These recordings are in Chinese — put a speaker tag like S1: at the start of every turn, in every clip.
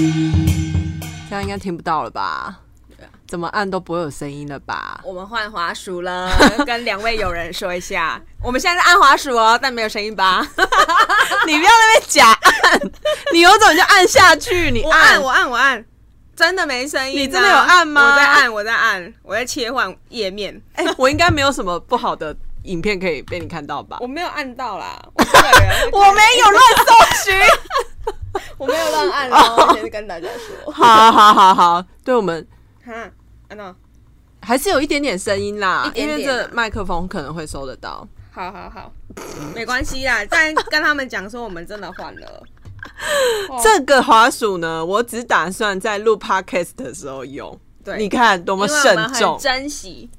S1: 现在应该听不到了吧？怎么按都不会有声音了 吧？
S2: 我们换滑鼠了， 跟两位友人说一下，我们现在是按滑鼠哦，但没有声音吧？
S1: 你不要在那边假按，你有种就按下去，你
S2: 我按，我按，我按，真的没声音啊。
S1: 你真的有按吗
S2: 我在按，我在按，我在切换页面，
S1: 哎、我应该没有什么不好的影片可以被你看到吧？
S2: 我没有按到 啦，我个人
S1: 我没有乱搜寻。
S2: 我没有乱按哦，先跟大家 说。
S1: 好好好好，对我们
S2: 哈，按到，
S1: 还是有一点点声音啦，
S2: 一点点啊
S1: 因为这麦克风可能会收得到。
S2: 好好好，没关系啦。再跟他们讲说，我们真的换 了。哦
S1: 这个滑鼠呢，我只打算在录 podcast 的时候用。
S2: 对
S1: 你看多
S2: 我
S1: 么
S2: 们
S1: 慎重
S2: 很。珍惜。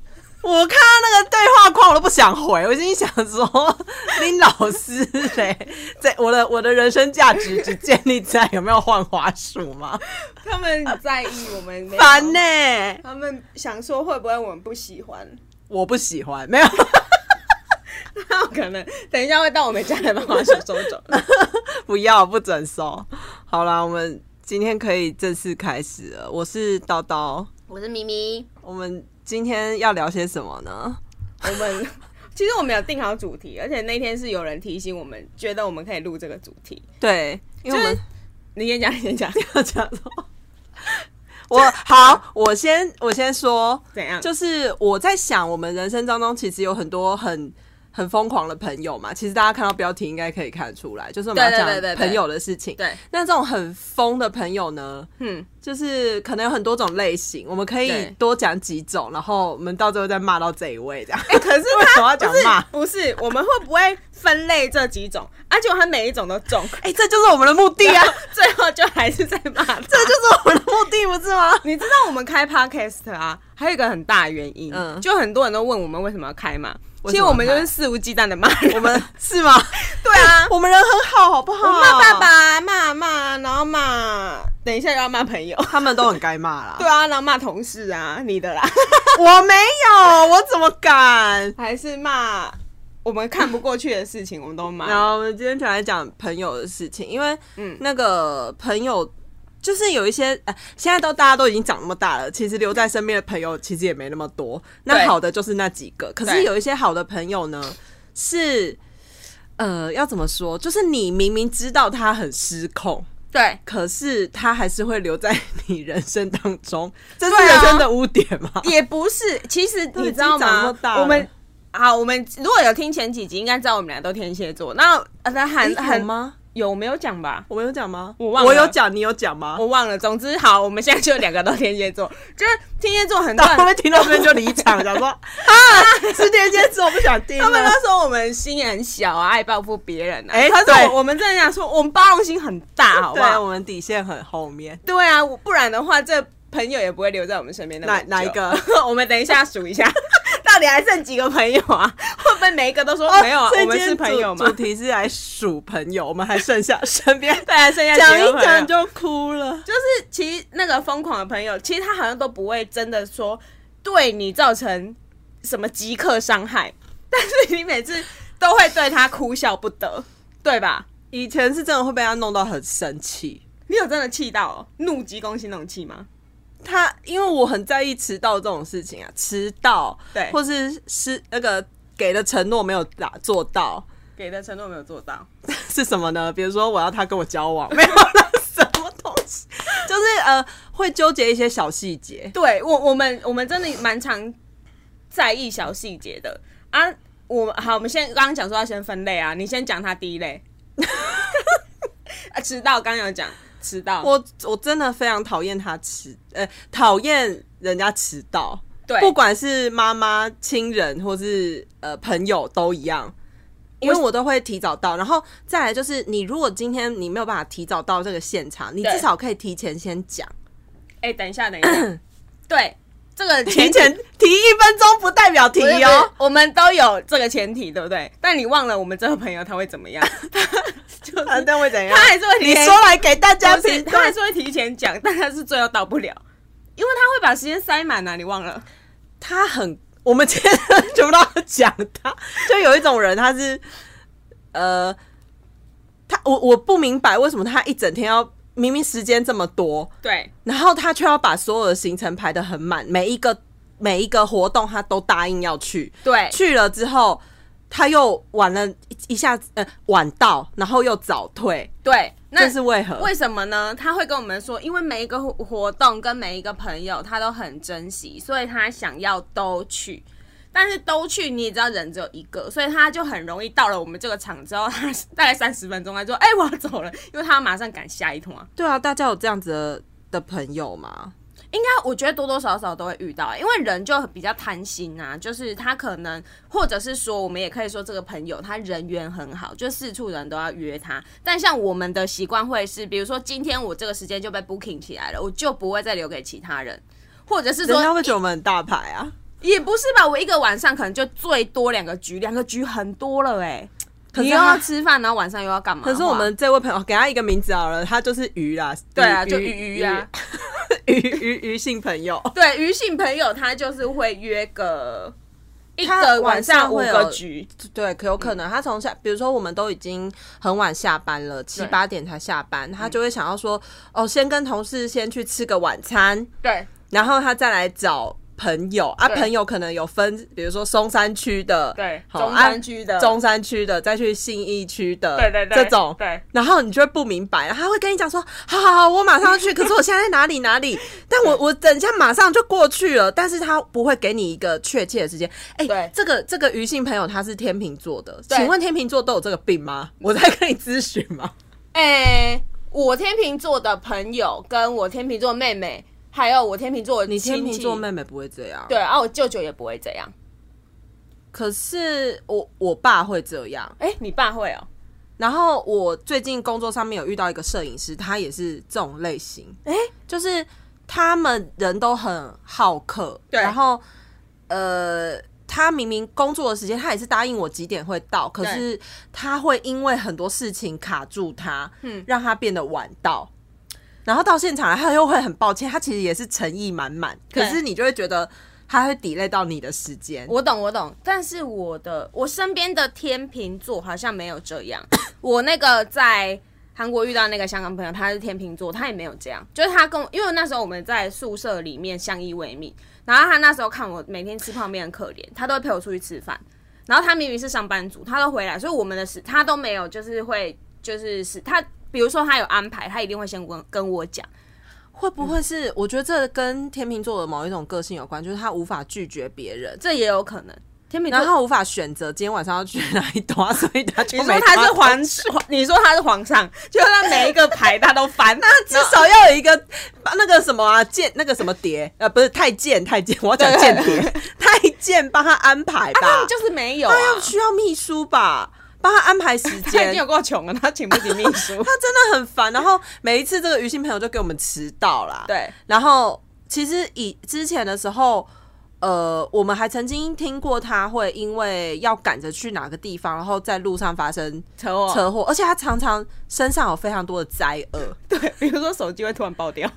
S1: 我看到那个对话框，我都不想回，我心里想说， 林老师嘞，在我的我的人生价值只建立在有没有换滑鼠吗？
S2: 他们在意我们没有
S1: 烦呢、
S2: 他们想说会不会我们不喜欢？
S1: 我不喜欢，没有。
S2: 那可能等一下会到我们家来帮我手收走。
S1: 不要不准收。好啦，我们今天可以正式开始了。我是叨叨，
S2: 我是咪咪，
S1: 我们今天要聊些什么呢？
S2: 我们其实我们有定好主题，而且那天是有人提醒我们，觉得我们可以录这个主题。
S1: 对，因为我们
S2: 你先讲，你 先讲，
S1: 要讲什么？我好，我先我先说，
S2: 怎样？
S1: 就是我在想，我们人生当中其实有很多很很疯狂的朋友嘛。其实大家看到标题应该可以看出来，就是我们要
S2: 对对
S1: 讲
S2: 对对对
S1: 朋友的事情。
S2: 对，
S1: 那这种很疯的朋友呢，
S2: 嗯，
S1: 就是可能有很多种类型，我们可以
S2: 对
S1: 多讲几种，然后我们到最后再骂到这一位这 样。
S2: 哎、可是
S1: 为什么要
S2: 他
S1: 讲
S2: 不是
S1: 骂
S2: 不是，我们会不会分类这几种？而且他每一种都 中，
S1: 哎、这就是我们的目的啊
S2: 然！后 最后就还是在骂他。
S1: 这就是我们的目的，不是 吗？
S2: 你知道我们开 podcast 啊，还有一个很大的原因，
S1: 嗯
S2: 就很多人都问我们为什么要开嘛。
S1: 为
S2: 其
S1: 什么要开
S2: 实我们就是肆无忌惮的骂人，
S1: 我们是吗？
S2: 对啊，
S1: 我们人很好，好不好？
S2: 我骂爸，爸，骂骂，然后骂，等一下又要骂朋友，
S1: 他们都很该骂啦。
S2: 对啊，然后骂同事啊，你 的啦，
S1: 我没有，我怎么敢？
S2: 还是骂我们看不过去的事情，我们都
S1: 然
S2: 骂。
S1: 后我们今天就来讲朋友的事情，因为
S2: 嗯
S1: 那个朋友就是有一些，呃、现在都大家都已经长那么大了，其实留在身边的朋友其实也没那么多。那
S2: 对
S1: 好的就是那几个，可是
S2: 对
S1: 有一些好的朋友呢是。呃，要怎么说？就是你明明知道他很失控，
S2: 对，
S1: 可是他还是会留在你人生当中， 这是
S2: 对啊
S1: 人生的污点 吗？
S2: 也不是，其实
S1: 都已
S2: 你
S1: 经
S2: 知道
S1: 长那么
S2: 吗
S1: 大？了
S2: 我们好，我们如果有听前几集，应该知道我们俩都天蝎座。那呃，那很
S1: 你有
S2: 很
S1: 吗？
S2: 有没有讲吧？
S1: 我有讲吗？
S2: 我忘了
S1: 我有讲，你有讲吗？
S2: 我忘了。总之，好，我们现在就两个都天蝎座，就是天蝎座很 多
S1: 到后
S2: 人，
S1: 面听到这边就离场，想说啊， 是天蝎座，不想听
S2: 他们
S1: 了
S2: 都。说我们心眼很小啊，爱报复别人啊。
S1: 哎
S2: 可是
S1: 对
S2: 我我们真的想说，我们包容心很大，好不
S1: 对，
S2: 好？
S1: 我们底线很后面。
S2: 对啊，我不然的话，这朋友也不会留在我们身边那么
S1: 哪哪
S2: 久
S1: 一？个？
S2: 我们等一下数一 下，到底还剩几个朋友啊？会不会每一个都说、 没有啊
S1: 所？以
S2: 我们
S1: 今
S2: 是
S1: 天
S2: 朋友
S1: 哦主
S2: 吗
S1: 主？题是来数朋友，我们还剩下 身边
S2: 对啊，剩下
S1: 讲
S2: 几个
S1: 一
S2: 朋友
S1: 讲就哭了。
S2: 就是其实那个疯狂的朋友，其实他好像都不会真的说对你造成什么即刻伤害，但是你每次都会对他哭笑不得，对吧？
S1: 以前是真的会被他弄到很生气，
S2: 你有真的气到、哦、怒极攻心那种气吗？
S1: 他因为我很在意迟到这种事情啊，迟到
S2: 对
S1: 或是是那个给的承诺没有打做到
S2: 给的承诺没有做到，
S1: 是什么呢？比如说我要他跟我交 往，没有啦，什么东西，就是呃会纠结一些小细节。
S2: 对我我们我们真的蛮常在意小细节的啊。我们好，我们先刚刚讲说要先分类啊，你先讲他第一类， 啊，迟到，刚刚有讲迟到，
S1: 我我真的非常讨厌他迟，呃，讨厌人家迟到，
S2: 对，
S1: 不管是妈妈、亲人或是呃朋友都一样，因为
S2: 我
S1: 我都会提早到。然后再来就是，你如果今天你没有办法提早到这个现场，你
S2: 对
S1: 至少可以提前先讲，
S2: 哎、等一下，等 一下，对，这个
S1: 提
S2: 提
S1: 前 提一分钟不代表提哦。，
S2: 我们都有这个前提，对不对？但你忘了我们这个朋友他会怎 么样？
S1: 啊，那会怎样
S2: 他？还是会提
S1: 你
S2: 前
S1: 说来给大家
S2: 不是
S1: 评
S2: 他还
S1: 断
S2: 是。会提前讲，但他是最后到不了，因为他会把时间塞满啊，你忘了？
S1: 他很，我们今天全部都要讲他，就有一种人，他是呃，他我我不明白为什么他一整天要明明时间这么多，
S2: 对，
S1: 然后他却要把所有的行程排得很满，每一个每一个活动他都答应要去，
S2: 对
S1: 去了之后他又晚了一一下子，呃，晚到，然后又早退，
S2: 对，那
S1: 这是为何？
S2: 为什么呢？他会跟我们说，因为每一个活活动跟每一个朋友他都很珍惜，所以他想要都去。但是都去，你也知道人只有一个，所以他就很容易到了我们这个场之后，他大概三十分钟，他说：“哎、我要走了，因为他要马上赶下一通啊。
S1: 对啊，大家有这样子的的朋友吗？”
S2: 应该我觉得多多少少都会遇到，因为人就比较贪心啊，就是他可能，或者是说，我们也可以说这个朋友他人缘很好，就四处人都要约他。但像我们的习惯会是，比如说今天我这个时间就被 booking 起来了，我就不会再留给其他人，或者是
S1: 人家
S2: 说
S1: 会觉得我们很大牌啊。
S2: 也不是吧，我一个晚上可能就最多两个局，两个局很多了哎、
S1: 可
S2: 你
S1: 是
S2: 又
S1: 他
S2: 要吃饭，然后晚上又要干嘛的
S1: 可
S2: 话？
S1: 是我们这位朋友哦给他一个名字好了，他就是鱼啦，
S2: 对啊，
S1: 鱼
S2: 就鱼鱼啊，，
S1: 鱼鱼鱼鱼性朋友。
S2: 对鱼性朋友他就是会约个一
S1: 他
S2: 个晚
S1: 晚上
S2: 上五
S1: 会
S2: 个
S1: 有
S2: 局。
S1: 对，可有可能他从下，比如说我们都已经很晚下班了，七
S2: 对
S1: 八点才下班，他就会想要说，哦，先跟同事先去吃个晚餐，
S2: 对，
S1: 然后他再来找朋友啊，
S2: 对
S1: 朋友可能有分，比如说松山区的，
S2: 对
S1: 好
S2: 中山区的
S1: 啊中山区的，再去信义区的，
S2: 对对对
S1: 这种
S2: 对。
S1: 然后你就会不明白，他会跟你讲说：“好好好，我马上要去，可是我现在在哪里哪里？ 但我我等一下马上就过去了。”但是他不会给你一个确切的时间。哎、
S2: 对
S1: 这个这个余姓朋友他是天秤座的，
S2: 对
S1: 请问天秤座都有这个病吗？我在跟你咨询吗？
S2: 诶、我天秤座的朋友跟我天秤座妹妹，还有我天秤座的
S1: 你天
S2: 亲
S1: 秤
S2: 戚，
S1: 座妹妹不会这样，
S2: 对，啊，我舅舅也不会这样。
S1: 可是我我爸会这样。
S2: 哎、你爸会哦、
S1: 然后我最近工作上面有遇到一个摄影师，他也是这种类型，
S2: 哎、
S1: 就是他们人都很好客，
S2: 对
S1: 然后呃，他明明工作的时间，他也是答应我几点会到，可是他会因为很多事情卡住他，
S2: 嗯
S1: 让他变得晚到。然后到现场来，他又会很抱歉，他其实也是诚意满满，可
S2: 对
S1: 是你就会觉得他会 delay 到你的时间。
S2: 我懂，我懂。但是我的我身边的天秤座好像没有这 样。我那个在韩国遇到那个香港朋友，他是天秤座，他也没有这样。就是他跟我，因为那时候我们在宿舍里面相依为命，然后他那时候看我每天吃泡面很可怜，他都会陪我出去吃饭。然后他明明是上班族，他都回来，所以我们的时他都没有，就是会就是是他，比如说他有安排，他一定会先跟跟我讲。
S1: 会不
S2: 嗯
S1: 会是？我觉得这跟天秤座的某一种个性有关，就是他无法拒绝别人，
S2: 这也有可能。天秤
S1: 然后
S2: 座，
S1: 他无法选择今天晚上要去哪一朵，所以他就
S2: 你说
S1: 没
S2: 他
S1: 办
S2: 是
S1: 法
S2: 皇，皇你说他是皇上，就是他每一个牌他都翻， 那
S1: 至少要有一个那个什么啊，间那个什么碟，呃，不是太监，太监，我要讲间谍，太监 帮他安排
S2: 他
S1: 吧
S2: 们，就是没有、啊
S1: 他。要需要秘书吧，帮他安排时
S2: 他已经
S1: 间
S2: 有。够穷了，他请不起秘书
S1: 他。真的很烦，然后每一次这个于心朋友就给我们迟到啦。
S2: 对，
S1: 然后其实以之前的时候，呃，我们还曾经听过他会因为要赶着去哪个地方，然后在路上发生
S2: 扯哦我
S1: 车祸，而且他常常身上有非常多的灾 厄。
S2: 对，比如说手机会突然爆掉。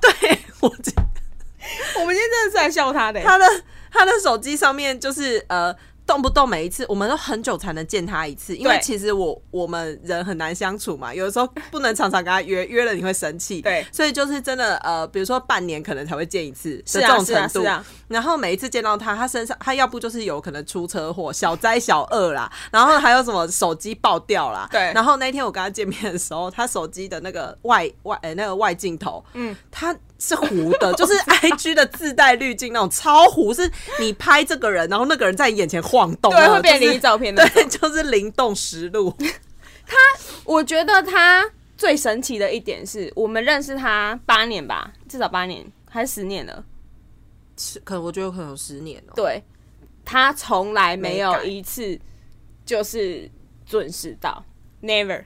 S1: 对我记，
S2: 我们今天真的是来笑他的、
S1: 他的他的手机上面就是呃。动不动每一次，我们都很久才能见他一次，因为
S2: 对
S1: 其实我我们人很难相处嘛，有的时候不能常常跟他约，约了你会生气，
S2: 对
S1: 所以就是真的呃，比如说半年可能才会见一次，
S2: 是
S1: 这
S2: 啊，
S1: 种
S2: 是
S1: 程
S2: 啊，
S1: 度，
S2: 是啊，
S1: 然后每一次见到他，他身上他要不就是有可能出车祸、小灾小恶啦，然后还有什么手机爆掉啦。
S2: 对
S1: 然后那天我跟他见面的时候，他手机的那个外外呃、那个外镜头，嗯，他是糊的，就是 I G 的自带滤镜那种超糊，是你拍这个人，然后那个人在你眼前晃动，
S2: 对，会变
S1: 就是
S2: 灵异照片的。
S1: 对，就是灵动实录。
S2: 我觉得他最神奇的一点是我们认识他八年吧，至少八年还是十年了。
S1: 是可能我觉得有可能有十年哦、
S2: 对，他从来没
S1: 没
S2: 有
S1: 改
S2: 一次就是准时到，never。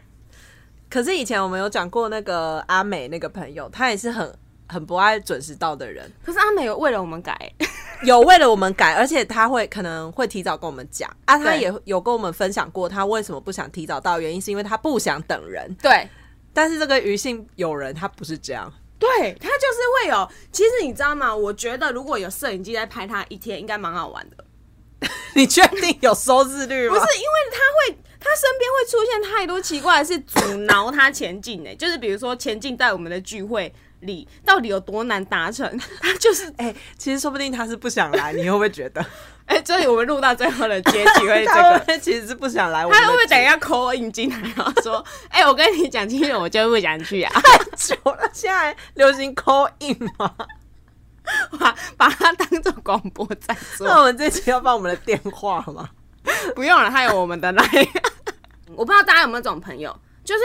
S1: 可是以前我们有讲过那个阿美那个朋友，他也是很很不爱准时到的人。
S2: 可是阿美有为了我们改、
S1: 有为了我们改，而且他会可能会提早跟我们讲啊，他
S2: 对
S1: 也有跟我们分享过他为什么不想提早到，原因是因为他不想等人。
S2: 对
S1: 但是这个余姓友人他不是这样，
S2: 对，他就是会有。其实你知道吗？我觉得如果有摄影机在拍他一天，应该蛮好玩的。
S1: 你确定有收视率
S2: 不
S1: 吗？
S2: 是因为他会，他身边会出现太多奇怪的事阻挠他前进呢、就是比如说前进在我们的聚会里到底有多难达成，他就是
S1: 哎、其实说不定他是不想来，你会不会觉 得？
S2: 哎、所以我们录到最后的结局会是这
S1: 他会
S2: 个
S1: 不。会其实是不想来我们
S2: 他
S1: 的
S2: 会不会
S1: 节
S2: 等一下口音进来，然后说：“哎、我跟你讲清楚，我就不想去啊
S1: 目久了？ 现在流行 call in 吗？！”
S2: 把把它当做广播在做
S1: 那。我们这期要放我们的电话吗？
S2: 不用了，他有我们的来。 我不知道大家有没有这种朋友，就是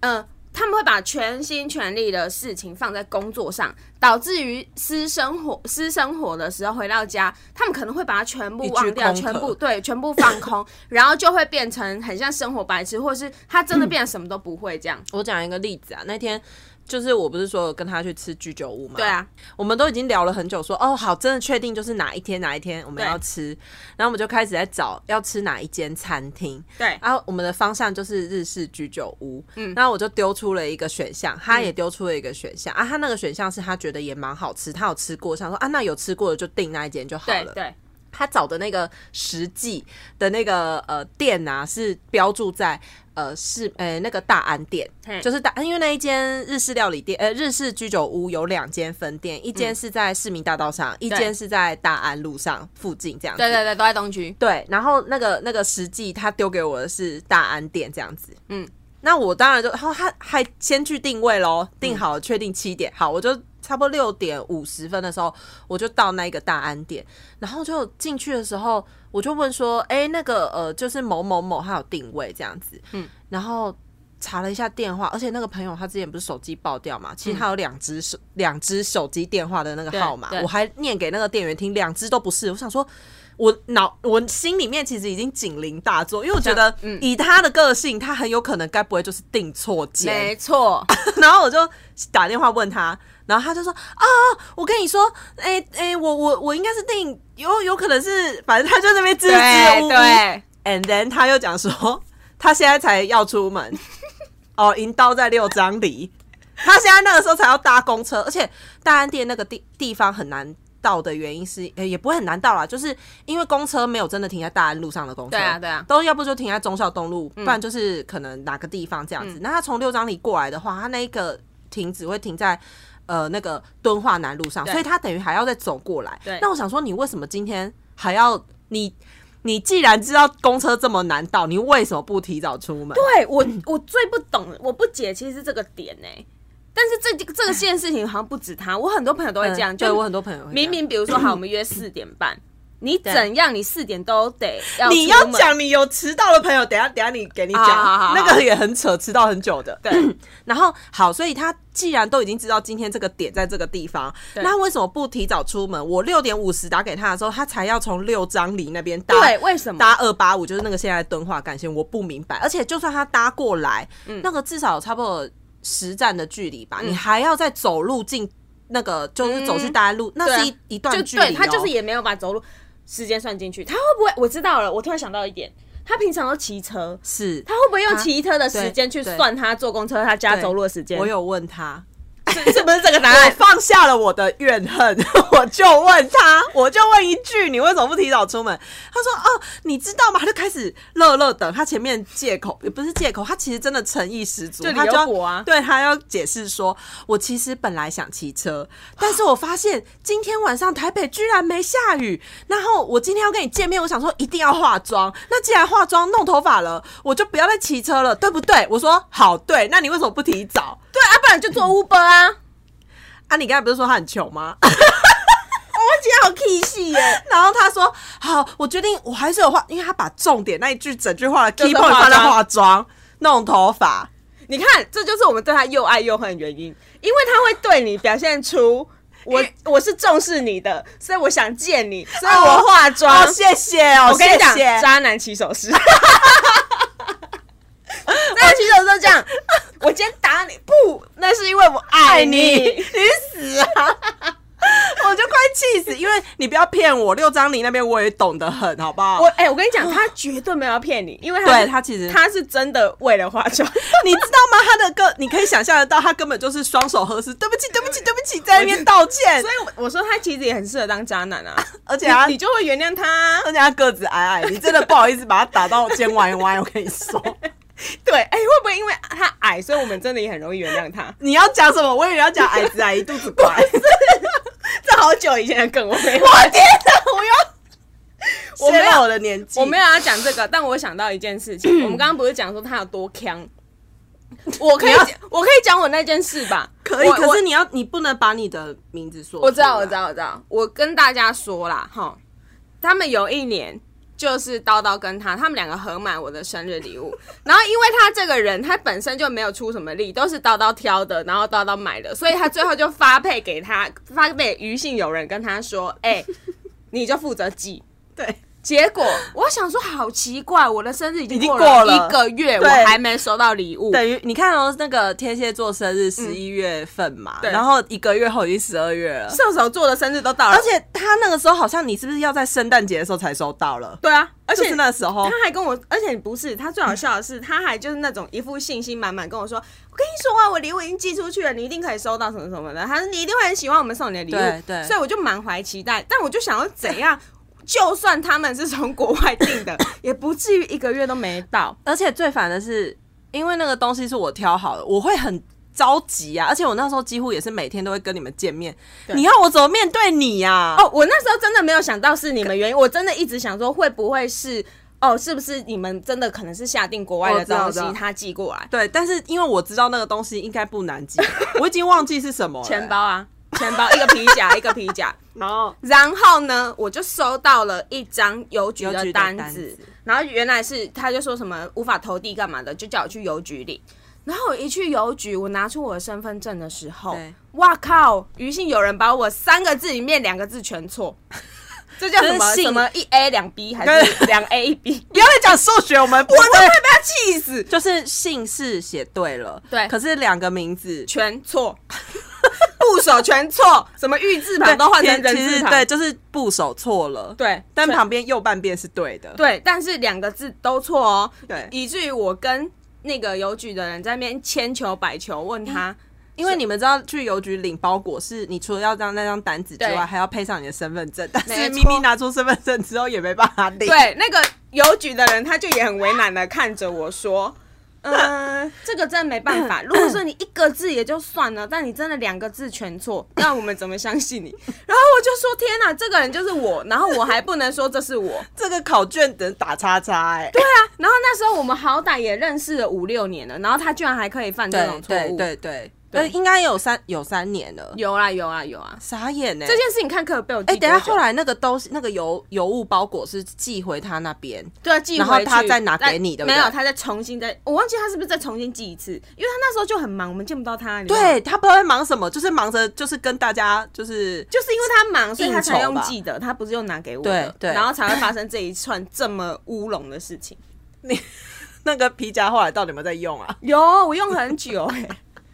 S2: 呃，他们会把全心全力的事情放在工作上，导致于私生活私生活的时候回到家，他们可能会把它全部
S1: 一句
S2: 忘掉，
S1: 空
S2: 全部
S1: 壳
S2: 对，全部放空， 然后就会变成很像生活白痴，或是他真的变得什么都不会这样。
S1: 我讲一个例子啊，那天就是我不是说有跟他去吃居酒屋吗？
S2: 对，啊，
S1: 我们都已经聊了很久说哦好，真的确定就是哪一天哪一天我们
S2: 对
S1: 要吃，然后我们就开始在找要吃哪一间餐厅。
S2: 对
S1: 然后我们的方向就是日式居酒屋，嗯，然后我就丢出了一个选
S2: 嗯
S1: 项，他也丢出了一个选项、啊，他那个选项是他觉得也蛮好吃，他有吃过，想说啊那有吃过的就订那一间就好
S2: 对
S1: 了。
S2: 对，
S1: 他找的那个实际的那个呃店啊，是标注在呃是呃那个大安店
S2: 嘿，
S1: 就是大，因为那一间日式料理店，呃日式居酒屋有两间分店，一
S2: 嗯
S1: 间是在市民大道上，一间是在大安路上附近这样子。
S2: 对对对，都在东区。
S1: 对，然后那个那个实际他丢给我的是大安店这样子，
S2: 嗯
S1: 嗯，那我当然就，然后他还先去定位喽，定好了确定七点，好，我就差不多六点五十分的时候，我就到那个大安店，然后就进去的时候，我就问说，哎、那个呃，就是某某某他有定位这样子，嗯，然后。查了一下电话，而且那个朋友他之前不是手机爆掉嘛，其实他有两只手两只手机电话的那个
S2: 对
S1: 号码
S2: 对，
S1: 我还念给那个店员听，两只都不是。我想说，我脑我心里面其实已经警铃大作，因为我觉得
S2: 嗯
S1: 以他的个性，他很有可能该不会就是订错间。
S2: 没 错，
S1: 然后我就打电话问他，然后他就说啊，我跟你说，哎、哎、我我我应该是订有有可能是，反正他就在那边支
S2: 对
S1: 支吾吾。
S2: 对，
S1: And then 他又讲说，他现在才要出 门，哦，银刀在六张里，他现在那个时候才要搭公车，而且大安店那个地地方很难到的原因是，呃也不会很难到啦，就是因为公车没有真的停在大安路上的公车，
S2: 对啊对啊嗯
S1: 都要不就停在忠孝东路，不然就是可能哪个地方这样子。那他从六张里过来的话，他那一个停只会停在。呃，那个敦化南路上，
S2: 对
S1: 所以他等于还要再走过来。
S2: 对
S1: 那我想说，你为什么今天还要你你既然知道公车这么难到，你为什么不提早出门？
S2: 对我，我最不懂，我不解，其实是这个点呢、但是这这个件事情好像不止他，我很多朋友都会这样，
S1: 嗯对
S2: 就
S1: 我很多朋友会这样
S2: 明明比如说好，我们约四点 半，你怎样，你四点都得要
S1: 你
S2: 出
S1: 要
S2: 门
S1: 讲你有迟到的朋友，等一下等一下你给你讲，
S2: 好好好好
S1: 那个也很扯，迟到很久的。
S2: 对
S1: 然后好，所以他既然都已经知道今天这个点在这个地方，
S2: 对
S1: 那为什么不提早出门？我六点五十打给他的时候，他才要从六张里那边搭
S2: 对，为什么？
S1: 搭二八五，就是那个现在的敦化干线，我不明白。而且就算他搭过来，
S2: 嗯
S1: 那个至少有差不多十站的距离吧，你还要再走路进那个，就是走去大安路，那是一、
S2: 对啊
S1: 一
S2: 就
S1: 段距离、哦。
S2: 对他就是也没有把走路时间算进去，他会不会？我知道了，我突然想到一点，他平常都骑车，
S1: 是
S2: 他会不会用
S1: 他
S2: 骑车的时间去
S1: 啊对对
S2: 算他坐公车、他家
S1: 对
S2: 走路的时间？
S1: 我有问他，
S2: 是是不是这个答
S1: 我
S2: 案？
S1: 放下了我的怨恨， 我就问他，我就问一句，你为什么不提早出门？他说：“哦，你知道吗？”他就开始乐乐等，他前面借口也不是借口，他其实真的诚意十足，
S2: 就理
S1: 他
S2: 由
S1: 就要
S2: 我啊
S1: 对他要解释说，我其实本来想骑车，但是我发现今天晚上台北居然没下雨，然后我今天要跟你见面，我想说一定要化妆，那既然化妆弄头发了，我就不要再骑车了，对不对？我说好，对，那你为什么不提早？
S2: 对啊，不然就坐 Uber 啊。
S1: 啊，你刚才不是说他很穷吗？
S2: 我觉得好 K 戏耶，
S1: 然后他说：“好，我决定，我还是有化，因为他把重点那一句整句话的
S2: 就是
S1: key point 放在
S2: 化
S1: 化妆、弄头发。
S2: 你看，这就是我们对他又爱又恨的原因，因为他会对你表现 出我我是重视你的，所以我想见你，所以我化妆。
S1: 哦，谢谢哦，
S2: 啊我跟你讲，
S1: 谢谢
S2: 渣男起手式， 渣男起手式这样，我今天打你不，那是因为我爱
S1: 爱
S2: 你。
S1: 你，你去死啊！我就快气死，因为你不要骗我，六张里那边我也懂得很，好不好？
S2: 我哎、我跟你讲，他绝对没有要骗你，因为他
S1: 对
S2: 是
S1: 他其实
S2: 他是真的为了花球。
S1: 你知道吗？他的歌，你可以想象得到，他根本就是双手合十，对不起，对不起，对不起，在那边道歉
S2: 所，以我我说他其实也很适合当渣男 啊，
S1: 而且他
S2: 你你就会原谅他啊、
S1: 而且他个子矮矮，你真的不好意思把他打到肩歪歪，我跟你 说。
S2: 对，哎、会不会因为他矮，所以我们真的也很容易原谅他？
S1: 你要讲什么？我以为要讲矮子矮一肚子怪。
S2: 这好久以前的梗，我没有，
S1: 我天哪！我要
S2: 我没有
S1: 泄露我的年纪，
S2: 我没有要讲这个，但我想到一件事情，我们刚刚不是讲说他有多强？我可以
S1: 你要
S2: 讲，我可以讲我那件事吧？
S1: 可以，
S2: 我
S1: 可是你要你不能把你的名字说出来。
S2: 我知道，我知道，我知道。我跟大家说啦，哈，他们有一年就是叨叨跟他，他们两个合买我的生日礼 物。然后因为他这个人，他本身就没有出什么力，都是叨叨挑的，然后叨叨买的，所以他最后就发配给他， 发配给余姓友人跟他说：“哎、 你就负责寄。”
S1: 对，
S2: 结果我想说，好奇怪，我的生日已经
S1: 已经
S2: 过
S1: 过
S2: 了
S1: 了
S2: 一个月，我
S1: 对
S2: 还没收到礼物。
S1: 等于你看哦，那个天蝎座生日十一月份嘛，
S2: 嗯对
S1: 然后一个月后已经十二月了，
S2: 射手座的生日都到了，
S1: 而且他那个时候好像你是不是要在圣诞节的时候才收到了？
S2: 对啊，而
S1: 就
S2: 且
S1: 是那时候
S2: 他，还跟我，而且不是他最好笑的是，他还就是那种一副信心满满跟我说：“我跟你说啊，我礼物已经寄出去了，你一定可以收到什么什么的。”他说：“你一定会很喜欢我们送你的礼物。
S1: 对对
S2: 所以我就满怀期待，但我就想要怎样，就算他们是从国外订的，也不至于一个月都没到。
S1: 而且最烦的是，因为那个东西是我挑好的，我会很着急啊，而且我那时候几乎也是每天都会跟你们见面，
S2: 对
S1: 你要我怎么面对你啊呀、
S2: 哦，我那时候真的没有想到是你们原因，我真的一直想说会不会是哦，是不是你们真的可能是下定国外
S1: 哦
S2: 的
S1: 知道
S2: 东
S1: 知
S2: 西
S1: 道，
S2: 他寄过来
S1: 对，但是因为我知道那个东西应该不难记，我已经忘记是什么了
S2: 钱，包啊，钱包一个皮夹，一个皮夹。
S1: 然后
S2: 然后呢，我就收到了一张邮局
S1: 邮
S2: 的
S1: 局的
S2: 单
S1: 单
S2: 子
S1: 子，
S2: 然后原来是他就说什么无法投递干嘛的，就叫我去邮局领。然后我一去邮局，我拿出我的身份证的时候
S1: 对，
S2: 哇靠！于信有人把我三个字里面两个字 全错，这叫什
S1: 就
S2: 么
S1: 是信
S2: 什么一 A 两 B 还 是两 A 一 B？
S1: 不要再讲数学，我们不
S2: 我真
S1: 会
S2: 的。被他气死，
S1: 就是姓氏写对了，
S2: 对
S1: 可是两个名字
S2: 全错，部首全错，什么玉字旁都换成人
S1: 其
S2: 字
S1: 实
S2: 旁，
S1: 对，就是部首错了，，
S2: 对，
S1: 但
S2: 全
S1: 旁边右半边是对的，
S2: 对，但是两个字都错哦，
S1: 对
S2: 以至于我跟那个邮局的人在那边千求百求，问他，
S1: 因为你们知道去邮局领包裹是，你除了要让那张单子之
S2: 对
S1: 外，还要配上你的身份证，但
S2: 没
S1: 是
S2: 错
S1: 明明拿出身份证之后也没办法领，
S2: 对，那个邮局的人他就也很为难的看着我说。嗯，这个真没办法。如果说你一个字也就算了，但你真的两个字全错，那我们怎么相信你？ 然后我就说：天哪，这个人就是我。然后我还不能说这 是我。
S1: 这个考卷等打叉叉哎、
S2: 对啊，然后那时候我们好歹也认识了五六年了，然后他居然还可以犯这种错误。
S1: 对对，呃，应该有三有三年了，
S2: 有啊有啊有啊！
S1: 傻眼呢、
S2: 这件事情看可有被我记
S1: 哎、等一下，
S2: 多久
S1: 后来那个东西，那个邮邮物包裹是寄回他那边，
S2: 对，啊寄
S1: 然
S2: 回
S1: 后他
S2: 去
S1: 再拿给
S2: 但
S1: 你对不
S2: 没有，
S1: 对
S2: 他再重新再，我忘记他是不是再重新寄一次，因为他那时候就很忙，我们见不到他。你知道吗，
S1: 对他不知道在忙什么，就是忙着就是跟大家就是
S2: 就是因为他忙，所以他才
S1: 应酬
S2: 用
S1: 吧
S2: 寄的，他不是用拿给我的，
S1: 对对
S2: 然后才会发生这一串这么乌龙的事情。
S1: 你那个皮夹后来到底有没有在用 啊？
S2: 有，我用很久哎、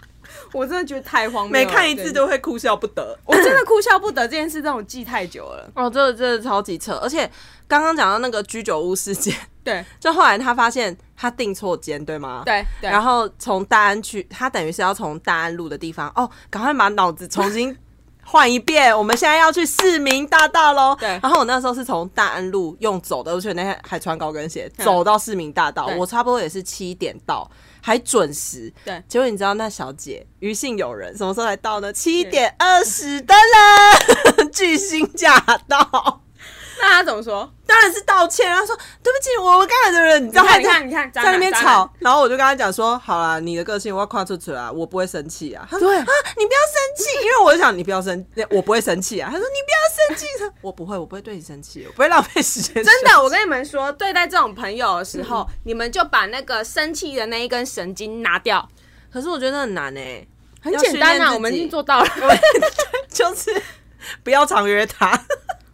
S2: 我真的觉得太荒谬了，
S1: 每看一次
S2: 对。
S1: 都会哭笑不得。
S2: 我真的哭笑不得，这件事让我记太久了。
S1: 哦，这个真的超级扯，而且刚刚讲到那个居酒屋事件，
S2: 对
S1: 就后来他发现他订错间，对吗？。
S2: 对对，
S1: 然后从大安区，他等于是要从大安路的地方，哦，赶快把脑子重新换一遍。我们现在要去市民大道喽。
S2: 对
S1: 然后我那时候是从大安路用走的，而且那天还穿高跟鞋
S2: 嗯
S1: 走到市民大道
S2: 对，
S1: 我差不多也是七点到，还准时。
S2: 对
S1: 结果你知道那小姐余姓友人什么时候才到呢？七点二十，噔了， 巨星驾到。
S2: 那他怎么说？
S1: 当然是道歉，然后说对不起，我我干了对不对？你知道他
S2: 你看你看你看渣
S1: 在
S2: 男
S1: 那边
S2: 渣男
S1: 吵，然后我就跟他讲说，好啦，你的个性我要跨出去啦，我不会生气啊。他说
S2: 对
S1: 啊，你不要生 气，因为我就想你不要生，我不会生气啊。他说你不要生气，他说我不会，我不会对你生气，我不会浪费时间。
S2: 真，的，我跟你们说，对待这种朋友的时
S1: 嗯
S2: 候，你们就把那个生气的那一根神经拿掉，
S1: 可是我觉得很难哎，很
S2: 很简单啊，我们已 经，做到了。
S1: 就是不要常约他。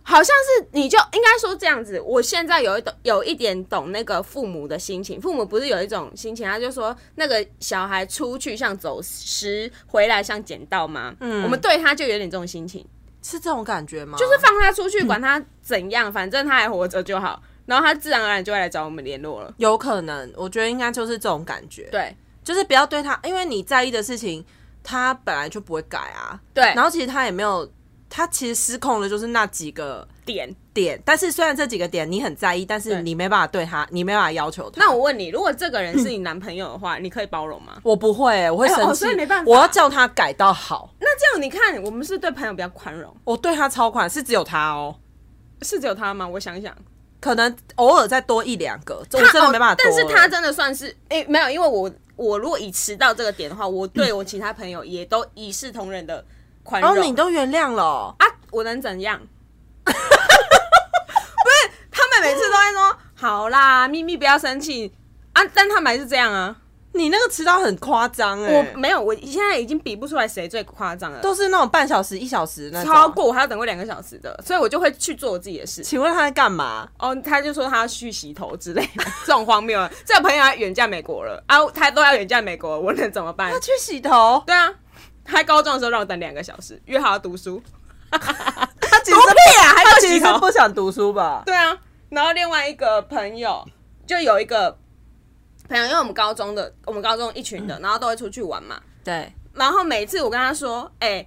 S2: 好像是你就应该说这样子。我现在有一懂有一点懂那个父母的心情，父母不是有一种心情，他就说那个小孩出去像走失，回来像捡到吗？嗯，我们对他就有点这种心情。
S1: 是这种感觉吗？
S2: 就是放他出去，管他怎样，反正他还活着就好，然后他自然而然就会来找我们联络了。
S1: 有可能，我觉得应该就是这种感觉，
S2: 对
S1: 就是不要对他，因为你在意的事情，他本来就不会改啊。
S2: 对，
S1: 然后其实他也没有，他其实失控的就是那几个
S2: 点。
S1: 点，但是虽然这几个点你很在意，但是
S2: 对
S1: 你没办法对他，你没办法要求他。
S2: 那我问你，如果这个人是你男朋友的话，你可以包容吗？
S1: 我不会、我会
S2: 哎
S1: 生
S2: 哦
S1: 气，
S2: 所以没办法
S1: 我要叫他改到好。
S2: 那这样你看，我们是对朋友比较宽容，
S1: 我对他超款是只有他哦，
S2: 是只有他吗？我想一想，
S1: 可能偶尔再多一两个，我
S2: 他
S1: 真的没办法
S2: 哦
S1: 多欸
S2: 但
S1: 了、
S2: 是他真的算是，诶、没有，因为我我如果以迟到这个点的话，我对我其他朋友也都一视同仁的宽容。
S1: 哦，你都原谅了哦、
S2: 啊，我能怎样？不是，他们每次都在说好啦，咪咪不要生气啊，但他们还是这样啊。
S1: 你那个迟到很夸张哎，
S2: 我没有，我现在已经比不出来谁最夸张了，
S1: 都是那种半小时、一小时那种。
S2: 超过我还要等过两个小时的，所以我就会去做我自己的事。
S1: 请问他在干嘛？
S2: 哦，他就说他要去洗头之类的，这种荒谬啊！这个朋友要远嫁美国了啊，他都要远嫁美国了，我能怎么办
S1: 他？去洗头，
S2: 对啊，他高中的时候让我等两个小时，约好要读书，
S1: 他其实
S2: 毒屁啊，还
S1: 他
S2: 要
S1: 其
S2: 洗
S1: 实
S2: 头
S1: 是？不想读书吧？
S2: 对啊，然后另外一个朋友就有一个朋友，因为我们高中的，我们高中一群的，然后都会出去玩嘛。
S1: 对，
S2: 然后每次我跟他说，哎、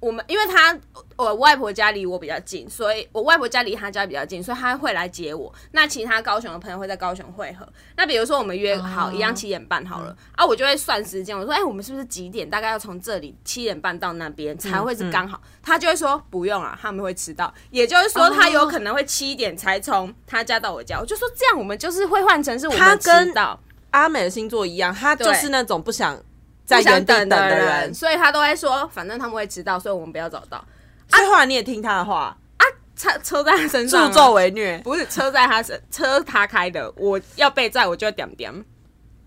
S2: 我们因为他呃我外婆家离我比较近，所以我外婆家离他家比较近，所以他会来接我。那其他高雄的朋友会在高雄汇合。那比如说我们约好、
S1: 哦
S2: 一样七点半好了，啊，我就会算时间，我说，哎、我们是不是几点？大概要从这里七点半到那边才会是刚
S1: 嗯
S2: 好。他就会说不用啊，他们会迟到。也就是说，
S1: 哦
S2: 他有可能会七点才从他家到我家。我就说这样，我们就是会换成是我
S1: 他
S2: 们
S1: 跟
S2: 迟到。
S1: 阿美的星座一样，他就是那种不想在
S2: 不想
S1: 原地
S2: 等
S1: 等的
S2: 人，
S1: 人。
S2: 所以他都会说，反正他们会迟到，所以我们不要早到。
S1: 啊所以后来你也听他的话，
S2: 车车在他身上、
S1: 助纣，为虐
S2: 不是车在他身， 车他开的，我要被载我就会点点。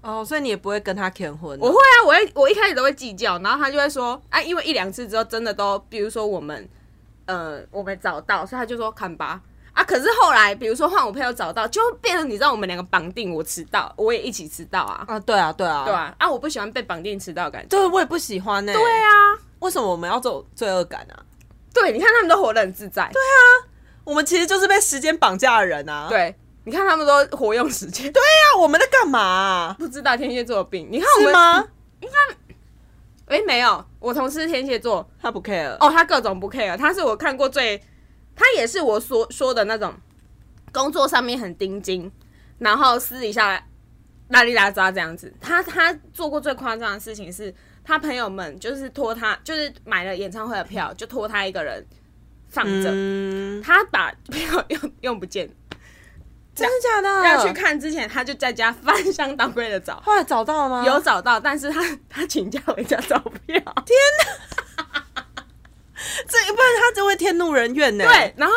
S1: 哦，所以你也不会跟他结婚。
S2: 我会啊，我会，我一开始都会计较，然后他就会说，啊，因为一两次之后真的都，比如说我们，呃，我们找到，所以他就说看吧。啊！可是后来，比如说换我朋友找到，就变成你知道我们两个绑定，我迟到，我也一起迟到啊，
S1: 啊，对啊，对啊，
S2: 对啊，啊，我不喜欢被绑定迟到的感觉。
S1: 对，我也不喜欢呢、
S2: 对，啊，
S1: 为什么我们要走罪恶感啊？
S2: 对，你看他们都活得很自在，对
S1: 我们其实就是被时间绑架的人啊。，
S2: 对，你看他们都活用时间， 对，
S1: 那我们在干嘛、啊？
S2: 不知道天蝎座的病，你看我
S1: 是
S2: 们
S1: 吗？
S2: 哎、没有，我同事是天蝎座，
S1: 他不 care
S2: 哦，他各种不 care，他是我看过最，他也是我所说的那种，工作上面很钉钉，然后私底下邋里邋遢这样子。他他做过最夸张的事情是，他朋友们就是托他，就是买了演唱会的票，就托他一个人放着，
S1: 嗯，
S2: 他把 票用用不见，
S1: 真的假的？
S2: 要去看之前他就在家翻箱倒柜的找。
S1: 后来找到了吗？
S2: 有找到，但是他 他请假回家找票，
S1: 这，不然他就会天怒人怨欸呢、
S2: 对，，然后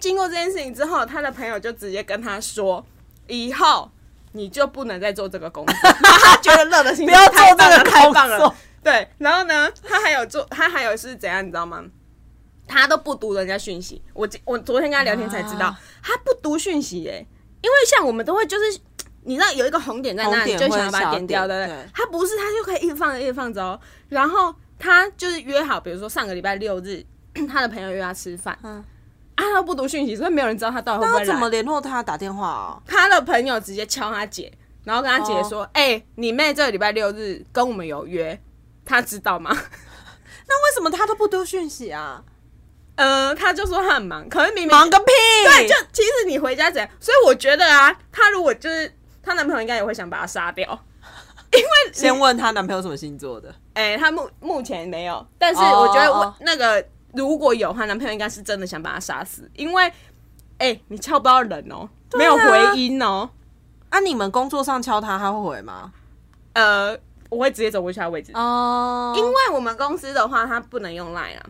S2: 经过这件事情之后，他的朋友就直接跟他说：“以后你就不能再做这个工作。”他觉得乐的心
S1: 不要做
S2: 太棒
S1: 这
S2: 了，
S1: 个
S2: 太
S1: 工
S2: 棒了
S1: 作。
S2: 对，然后呢，他还有做，他还有是怎样，你知道吗？他都不读人家讯息。我今我昨天跟他聊天才知道，
S1: 啊
S2: 他不读讯息耶、因为像我们都会就是。你知道有一个红点在那
S1: 红
S2: 里，
S1: 点
S2: 就想要
S1: 会
S2: 把它
S1: 小
S2: 点掉，对
S1: 点
S2: 不对
S1: 对？
S2: 他不是，他就可以一直放着，一直放着哦。然后他就是约好，比如说上个礼拜六日， 他的朋友约他吃饭，
S1: 嗯，
S2: 啊，他不读讯息，所以没有人知道他到底会不
S1: 那
S2: 会
S1: 他
S2: 来。
S1: 怎么联络他打电话啊？
S2: 他的朋友直接敲他姐，然后跟他姐说：“
S1: 哦
S2: 哎、你妹这个礼拜六日跟我们有约，他知道吗
S1: 那为什么他都不丢讯息啊？？”
S2: 呃，他就说他很忙，可是明明
S1: 忙个屁！
S2: 对，就其实你回家怎样？所以我觉得啊，她如果就是她男朋友应该也会想把她杀掉。
S1: 先问她男朋友什么星座的。
S2: 哎、她目目前没有，但是
S1: 哦
S2: 我觉得我、
S1: 哦
S2: 那个如果有，她男朋友应该是真的想把她杀死，因为哎、你敲不到人哦、没有
S1: 对啊
S2: 回音哦、
S1: 啊，你们工作上敲他，他会回吗？
S2: 呃，我会直接走过去她位置。
S1: 哦
S2: 因为我们公司的话，它不能用 Line 啊。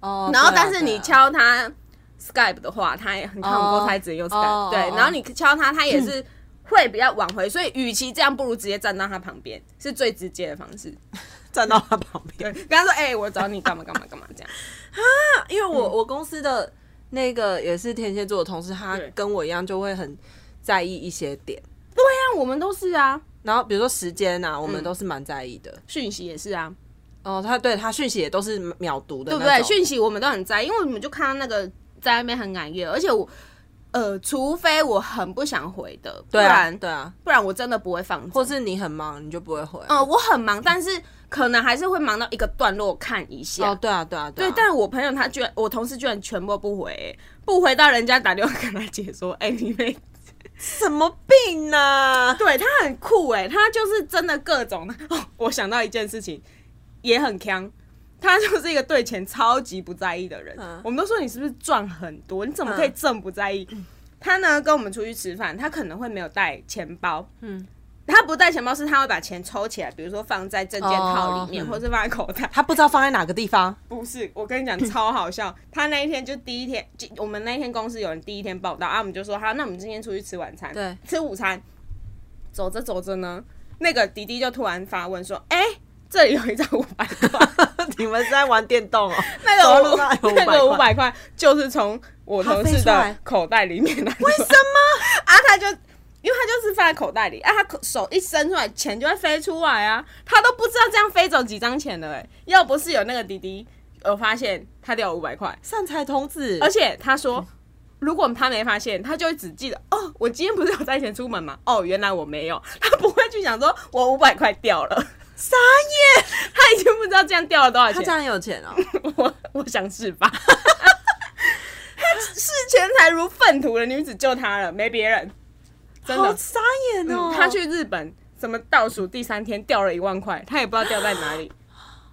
S1: 哦
S2: 然后，但是你敲它 Skype 的话，它也很看我过，
S1: 哦
S2: 它直接用
S1: 哦
S2: Skype。对
S1: 哦，哦
S2: 然后你敲它，它也是会比较挽回。所以，与其这样，不如直接站到他旁边，是最直接的方式。
S1: 站到他旁边。
S2: 对，跟他说：“哎，我找你干嘛干嘛干嘛。”这样。
S1: 因为我我公司的那个也是天蝎座的同事，他
S2: 对
S1: 跟我一样就会很在意一些点，
S2: 对啊，我们都是啊，
S1: 然后比如说时间啊，我们
S2: 嗯
S1: 都是蛮在意的。
S2: 讯息也是啊。
S1: 哦，他对他讯息也都是秒读的
S2: 对
S1: 那
S2: 不
S1: 种，
S2: 对？讯息我们都很在意，因为我们就看到那个在那边很踊跃，而且我呃，除非我很不想回的，不
S1: 对啊
S2: 然
S1: 对啊，哦
S2: 不然我真的不会放着。
S1: 或是你很忙，你就不会回。
S2: 呃，我很忙，但是可能还是会忙到一个段落看一下。
S1: 哦，对啊，对啊，对
S2: 对
S1: 啊，，
S2: 但我朋友他居然，我同事居然全部不回、不回到人家打电话跟他姐说，哎、你妹，
S1: 什么病啊呢、
S2: 对他很酷哎、他就是真的各种。哦，我想到一件事情，也很强，他就是一个对钱超级不在意的人。
S1: 嗯
S2: 我们都说你是不是赚很多，你怎么可以
S1: 嗯
S2: 这么不在意？他呢跟我们出去吃饭，他可能会没有带钱包，
S1: 嗯
S2: 嗯。他不带钱包是他会把钱抽起来，比如说放在证件套里面
S1: 哦嗯
S2: 或是放在口袋。
S1: 他不知道放在哪个地方。
S2: 不是，我跟你讲超好笑。他那一天就第一天，就我们那一天公司有人第一天报道啊，我们就说好，那我们今天出去吃晚餐，
S1: 对，
S2: 吃午餐。走着走着呢，那个弟弟就突然发问说：“哎、这里有一张五百块，
S1: 你们是在玩电动 哦？
S2: 那个
S1: 走路上有
S2: 啊 五那个
S1: 500
S2: 五百块就是从我同
S1: 他飞
S2: 事
S1: 出来
S2: 的口袋里面拿出来，为什么 啊？他就因为他就是放在口袋里啊，他口手一伸出来，钱就会飞出来啊，他都不知道这样飞走几张钱了哎、要不是有那个弟弟，我发现他掉五百块，
S1: 善财童子，
S2: 而且他说。如果他没发现，他就会只记得哦，我今天不是有带钱出门吗？哦，原来我没有， 他不会去想说我五百块掉了，
S1: 傻眼，
S2: 他已经不知道这样掉了多少
S1: 他
S2: 钱。
S1: 家很有钱哦。
S2: 我 我想是 吧？他视钱财如粪土的女子救他了，没别人。真的嗯
S1: 好傻眼哦！
S2: 他去日本，什么倒数第三天掉了一万块，他也不知道掉在哪里。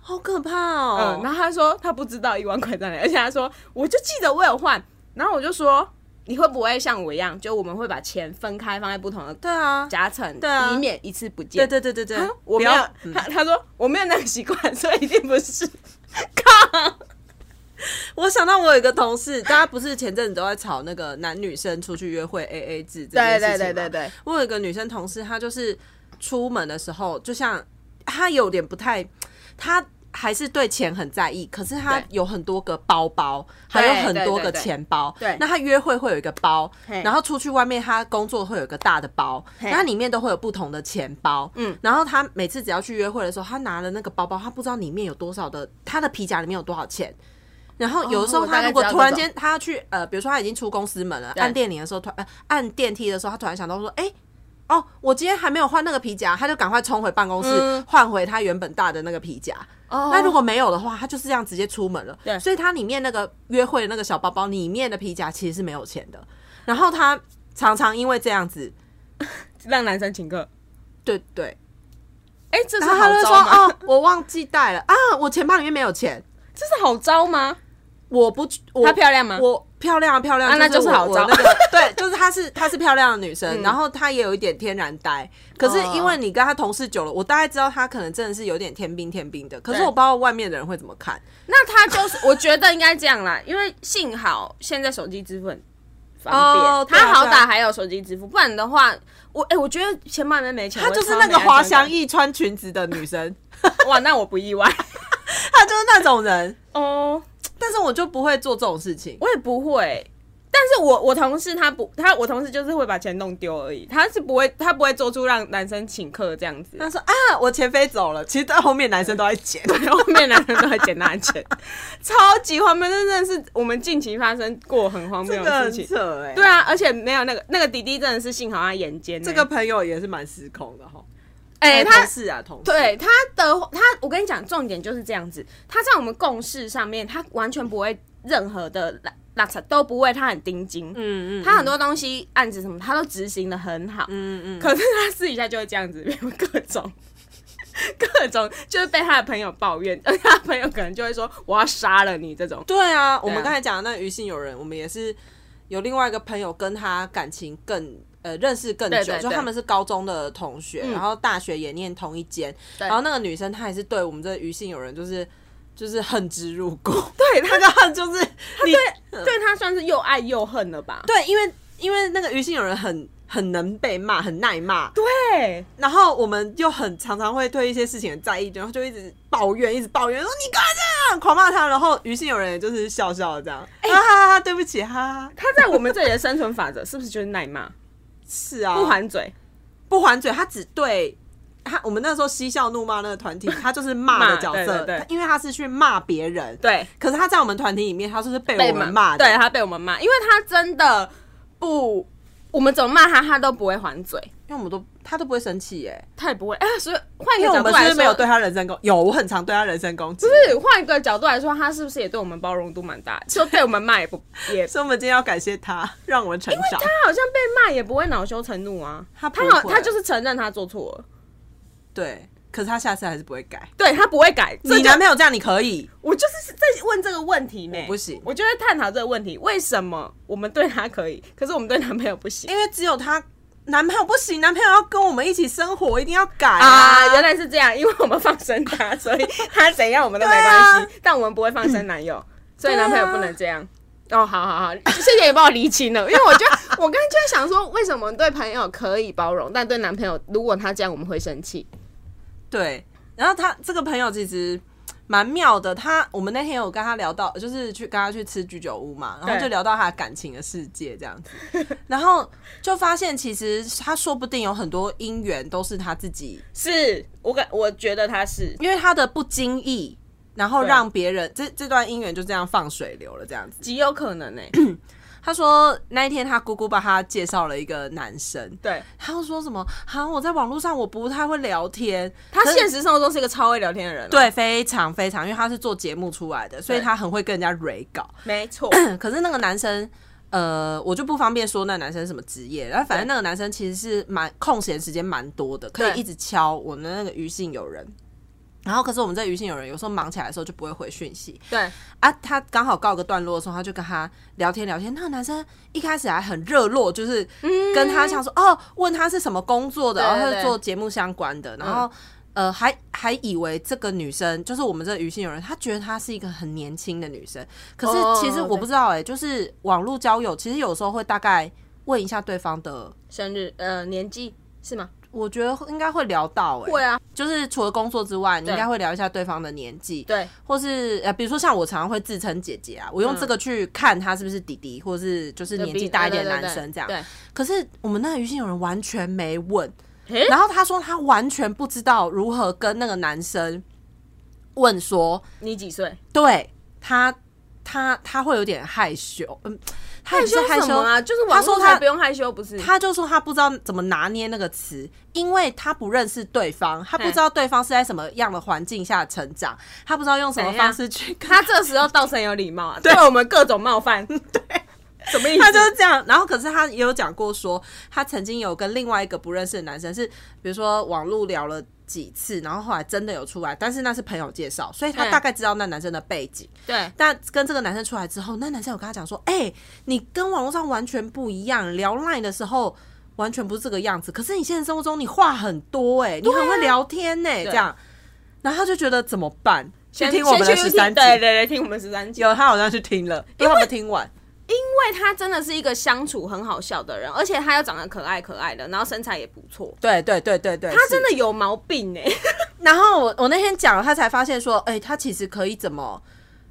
S1: 好可怕
S2: 嗯，
S1: 哦！
S2: 然后他说他不知道一万块在哪里，而且他说我就记得我有换，然后我就说你会不会像我一样，就我们会把钱分开放在不同的
S1: 对啊，
S2: 夹层，
S1: 对啊
S2: 以免一次不见。
S1: 对对对对对
S2: 他说，我没有
S1: 不要，嗯
S2: 他他说我没有那个习惯， 所以一定不是。靠！
S1: 我想到我有一个同事，大家不是前阵子都在吵那个男女生出去约会 A A 制这件事情吗
S2: 对对对对对。
S1: 我有一个女生同事，她就是出门的时候，就像她有点不太，她还是对钱很在意，可是她
S2: 对
S1: 有很多个包包，还有很多个
S2: 对对对对
S1: 钱包。
S2: 对
S1: 那她约会会有一个包，
S2: 嘿
S1: 然后出去外面她工作会有一个大的包，
S2: 嘿
S1: 那它里面都会有不同的钱包。嗯
S2: 嗯，
S1: 然后她每次只要去约会的时候，她拿了那个包包，她不知道里面有多少的，她的皮夹里面有多少钱。然后有的时候
S2: 哦我
S1: 他
S2: 大概
S1: 如果
S2: 知道
S1: 突然
S2: 这种
S1: 间他要去呃，比如说他已经出公司门了，
S2: 对
S1: 按电铃的时候，突然、呃、按电梯的时候，他突然想到说，哎、哦，我今天还没有换那个皮夹，他就赶快冲回办公室
S2: 嗯
S1: 换、回他原本大的那个皮夹。
S2: 哦
S1: 那如果没有的话，他就是这样直接出门了。
S2: 对
S1: 所以他里面那个约会的那个小包包里面的皮夹其实是没有钱的。然后他常常因为这样子，
S2: 让男生请客，
S1: 对对，
S2: 哎、这是
S1: 然后他
S2: 好
S1: 就
S2: 招
S1: 说
S2: 吗？
S1: 哦，我忘记带了啊，我钱包里面没有钱，
S2: 这是好招吗？
S1: 我不，我
S2: 她漂亮吗
S1: 我漂亮啊，漂亮
S2: 嗯啊那
S1: 就
S2: 就是好嗯
S1: 我
S2: 招
S1: 我那 个对，就是她是她是漂亮的女生，然后她也有一点天然呆。可
S2: 哦
S1: 是因为你跟她同事久了，我大概知道她可能真的是有点天兵天兵的。可是
S2: 对
S1: 我不知道外面的人会怎么看。
S2: 那他 就是，我觉得应该这样啦，因为幸好现在手机支付很方便，
S1: 哦对啊
S2: 他好
S1: 对啊
S2: 歹还有手机支付，不然的话，我哎、我觉得钱包里面没钱，
S1: 她
S2: 我
S1: 就是
S2: 超
S1: 那
S2: 没
S1: 个
S2: 安
S1: 滑
S2: 全感
S1: 翔翼穿裙子的女 生，
S2: 哇，那我不意外
S1: 她就是那种人。
S2: 哦，
S1: 但是我就不会做这种事情。
S2: 我也不会。但是我我同事他不他我同事就是会把钱弄丢而已，他是不会他不会做出让男生请客这样子，
S1: 她说啊，我钱飞走了。其实到后面男生都在捡。
S2: 后面男人都会捡他的钱， 超级荒谬，这真的是我们近期发生过很荒
S1: 这
S2: 谬
S1: 个
S2: 的事
S1: 很
S2: 情。
S1: 扯哎、
S2: 对啊，而且没有那个那个弟弟真的是幸好他眼尖欸、
S1: 这个朋友也是蛮失控的哈。
S2: 哎、
S1: 同
S2: 他
S1: 事啊，同事
S2: 对他的他，我跟你讲，重点就是这样子，他在我们共事上面，他完全不会任何的拉拉扯都不会，他很盯紧，
S1: 嗯嗯
S2: 他很多东西案子什么他都执行的很好，
S1: 嗯嗯，
S2: 可是他私底下就会这样子， 各种。各种就是被他的朋友抱怨，而且他朋友可能就会说我要杀了你这种，
S1: 对啊，我
S2: 对啊
S1: 们刚才讲的那个余姓友人，我们也是有另外一个朋友跟他感情更呃认识更久，
S2: 对对
S1: 就
S2: 对嗯
S1: 他们是高中的同学，然后大学也念同一间，
S2: 对
S1: 然后那个女生她也是对我们这余姓友人就是就是恨之入骨，
S2: 对
S1: 那
S2: 他
S1: 个恨就是你
S2: 对他算是又爱又恨了吧？
S1: 对，因为因为那个余姓友人很很能被骂，很耐骂，
S2: 对，
S1: 然后我们又很常常会对一些事情很在意，然后就一直抱怨，一直抱怨说你干嘛这样，狂骂他，然后余姓友人也就是笑笑的这样，
S2: 哎
S1: 哈哈哈，对不起，哈哈哈。
S2: 他在我们这里的生存法则是不是就是耐骂、
S1: 是啊，
S2: 不还嘴？
S1: 不还嘴，他只对他我们那时候嬉笑怒骂那个团体，他就是骂
S2: 骂
S1: 的角色，
S2: 对对对
S1: 他因为他是去骂别人，。
S2: 对，
S1: 可是他在我们团体里面，他就是被
S2: 被
S1: 我们骂的，
S2: 对他被我们骂，因为他真的不，我们怎么骂他，他都不会还嘴，
S1: 因为我们都他都不会生气耶，
S2: 他也不会。哎、所以换一
S1: 因为我
S2: 个角度
S1: 们是
S2: 来
S1: 不是
S2: 说，
S1: 没有对他人身攻，有我很常对他人身攻击，
S2: 不是换一个角度来说，他是不是也对我们包容度蛮大的？就被我们骂也不 也，
S1: 所以我们今天要感谢他，让我们成长
S2: 他。好像被骂也不会恼羞成怒啊。
S1: 他不
S2: 他好，
S1: 会
S2: 他就是承认他做错了，
S1: 对，可是他下次还是不会改。
S2: 对他不会改。这
S1: 你
S2: 就
S1: 男朋友这样你可以，
S2: 我就是在问这个问题呢，
S1: 我不行
S2: 我就在探讨这个问题，为什么我们对他可以，可是我们对男朋友不行
S1: 因为只有他男朋友不行，男朋友要跟我们一起生活，一定要改
S2: 啊？原
S1: 来
S2: 来是这样，因为我们放生他，所以他怎样我们都没
S1: 对
S2: 关
S1: 啊
S2: 系，但我们不会放生男友，所以男朋友
S1: 对啊
S2: 不能这样。哦，好好好，谢谢你帮我厘清了，因为我就 我刚刚就在想说，为什么对朋友可以包容，但对男朋友如果他这样，我们会生气？
S1: 对。然后他这个朋友其实蛮妙的，他我们那天有跟他聊到，就是去跟他去吃居酒屋嘛，然后
S2: 对
S1: 就聊到他的感情的世界这样子，然后就发现其实他说不定有很多姻缘都是他自己
S2: 是我感我觉得他是
S1: 因为他的不经意，然后
S2: 对
S1: 让别人这这段姻缘就这样放水流了，这样子。
S2: 极有可能欸呢、
S1: 他说那一天他姑姑帮他介绍了一个男生，
S2: 对
S1: 他又说什么？好、我在网络上我不太会聊天，
S2: 他
S1: 可是
S2: 现实生活中是一个超会聊天的人、，哦
S1: 对非常非常，因为他是做节目出来的，所以
S2: 对
S1: 他很会跟人家蕊稿。嗯
S2: 没 错，
S1: 可是那个男生。呃，我就不方便说那男生什么职业，然后反正那个男生其实是蛮空闲时间蛮多的，可
S2: 对
S1: 以一直敲我们的那个余信友人。然后，可是我们这余信友人有时候忙起来的时候就不会回讯息，
S2: 对，
S1: 啊，他刚好告个段落的时候，他就跟他聊天聊天。那个男生一开始还很热络，就是跟他想说、哦，问他是什么工作的，
S2: 嗯对对
S1: 然后他
S2: 对嗯
S1: 是做节目相关的，然后、呃，还还以为这个女生就是我们这个余姓友人，他觉得她是一个很年轻的女生。可
S2: 哦
S1: 是其实
S2: 对
S1: 我不知道哎、就是网络交友，其实有时候会大概问一下对方的，
S2: 生日呃年纪是吗？
S1: 我觉得应该会聊到哎、
S2: 会啊，
S1: 就是除了工作之外，你
S2: 对
S1: 应该会聊一下对方的年纪。
S2: 对，
S1: 或是呃，比如说像我常常会自称姐姐啊，我用这个去看他是不是弟弟，或是就是年纪大一点的男生这样。
S2: 嗯呃对，
S1: 可是我们那个余姓友人完全没问，
S2: 诶
S1: 然后他说他完全不知道如何跟那个男生问说，
S2: 你几岁？
S1: 对他他他会有点害羞，嗯，他也
S2: 害
S1: 不是
S2: 羞
S1: 害
S2: 什么
S1: 羞
S2: 啊？就是
S1: 他
S2: 网
S1: 说
S2: 络
S1: 他
S2: 才不用害羞，不是？
S1: 他就说他不知道怎么拿捏那个词，因为他不认识对方，他不
S2: 嘿
S1: 知道对方是在什么样的环境下成长，他不知道用什么
S2: 怎样
S1: 方式去跟
S2: 他这时候倒是很有礼貌啊，对我们各种冒犯， 对，什 么意思？
S1: 他就是这样。然后，可是他也有讲过说，他曾经有跟另外一个不认识的男生是，比如说网路聊了几次，然后后来真的有出来，但是那是朋友介绍，所以他
S2: 嗯
S1: 大概知道那男生的背景。
S2: 对
S1: 但跟这个男生出来之后，那男生有跟他讲说：“哎、你跟网络上完全不一样，聊 LINE 的时候完全不是这个样子。可是你现实生活中你话很多、哎、你很会聊天呢、这样。”然后他就觉得怎么办？去听我们的
S2: 先去
S1: 十三集，
S2: 对对对，听我们十三集，
S1: 有他好像去听了，因为他们听完。
S2: 因为他真的是一个相处很好笑的人，而且他又长得可爱可爱的，然后身材也不错，
S1: 对对对对对，
S2: 他
S1: 是
S2: 真的有毛病哎，
S1: 然后我我那天讲了，他才发现说，哎、他其实可以怎么，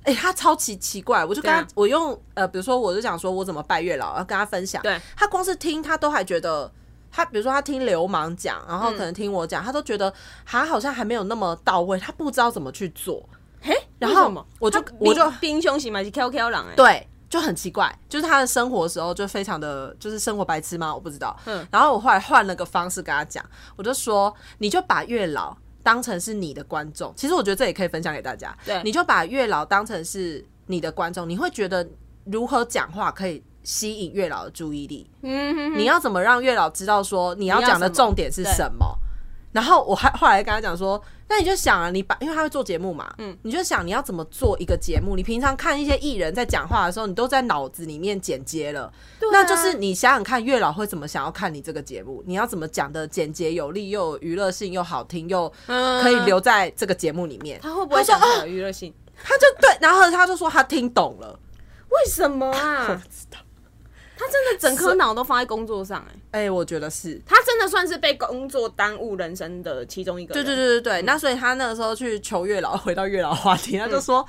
S1: 哎、他超级奇怪。我就跟他，
S2: 对啊
S1: 我用呃，比如说我就讲说我怎么拜月老，要跟他分享。
S2: 对，
S1: 他光是听他都还觉得。他比如说，他听流氓讲，然后可
S2: 嗯
S1: 能听我讲，他都觉得他好像还没有那么到位，他不知道怎么去做。
S2: 嘿，
S1: 然后
S2: 为什么
S1: 我就
S2: 他
S1: 我就
S2: 冰冰凶型嘛，是 QQ 狼哎，
S1: 对，就很奇怪，就是他的生活的时候就非常的，就是生活白痴吗？我不知道。
S2: 嗯
S1: 然后我后来换了个方式跟他讲，我就说，你就把月老当成是你的观众。其实我觉得这也可以分享给大家。
S2: 对
S1: 你就把月老当成是你的观众，你会觉得如何讲话可以吸引月老的注意力？
S2: 嗯哼哼，
S1: 你要怎么让月老知道说你要
S2: 你要
S1: 讲的
S2: 什么
S1: 重点是
S2: 对
S1: 什么？然后我还后来跟他讲说，那你就想啊，你把因为他会做节目嘛，嗯，你就想你要怎么做一个节目。你平常看一些艺人在讲话的时候，你都在脑子里面剪接了，
S2: 对啊
S1: 那就是你想想看，月老会怎么想要看你这个节目？你要怎么讲的简洁有力，又有娱乐性，又好听，又
S2: 嗯
S1: 可以留在这个节目里面。
S2: 他会啊不会
S1: 他
S2: 想
S1: 说哦，
S2: 有娱乐性？
S1: 他就对，然后他就说他听懂了。
S2: 为什么 啊？他真的整颗脑都放在工作上哎、
S1: 哎、我觉得是，
S2: 他真的算是被工作耽误人生的其中一个
S1: 对
S2: 人。嗯
S1: 对对对对，那所以他那个时候去求月老，回到月老话题，他就说、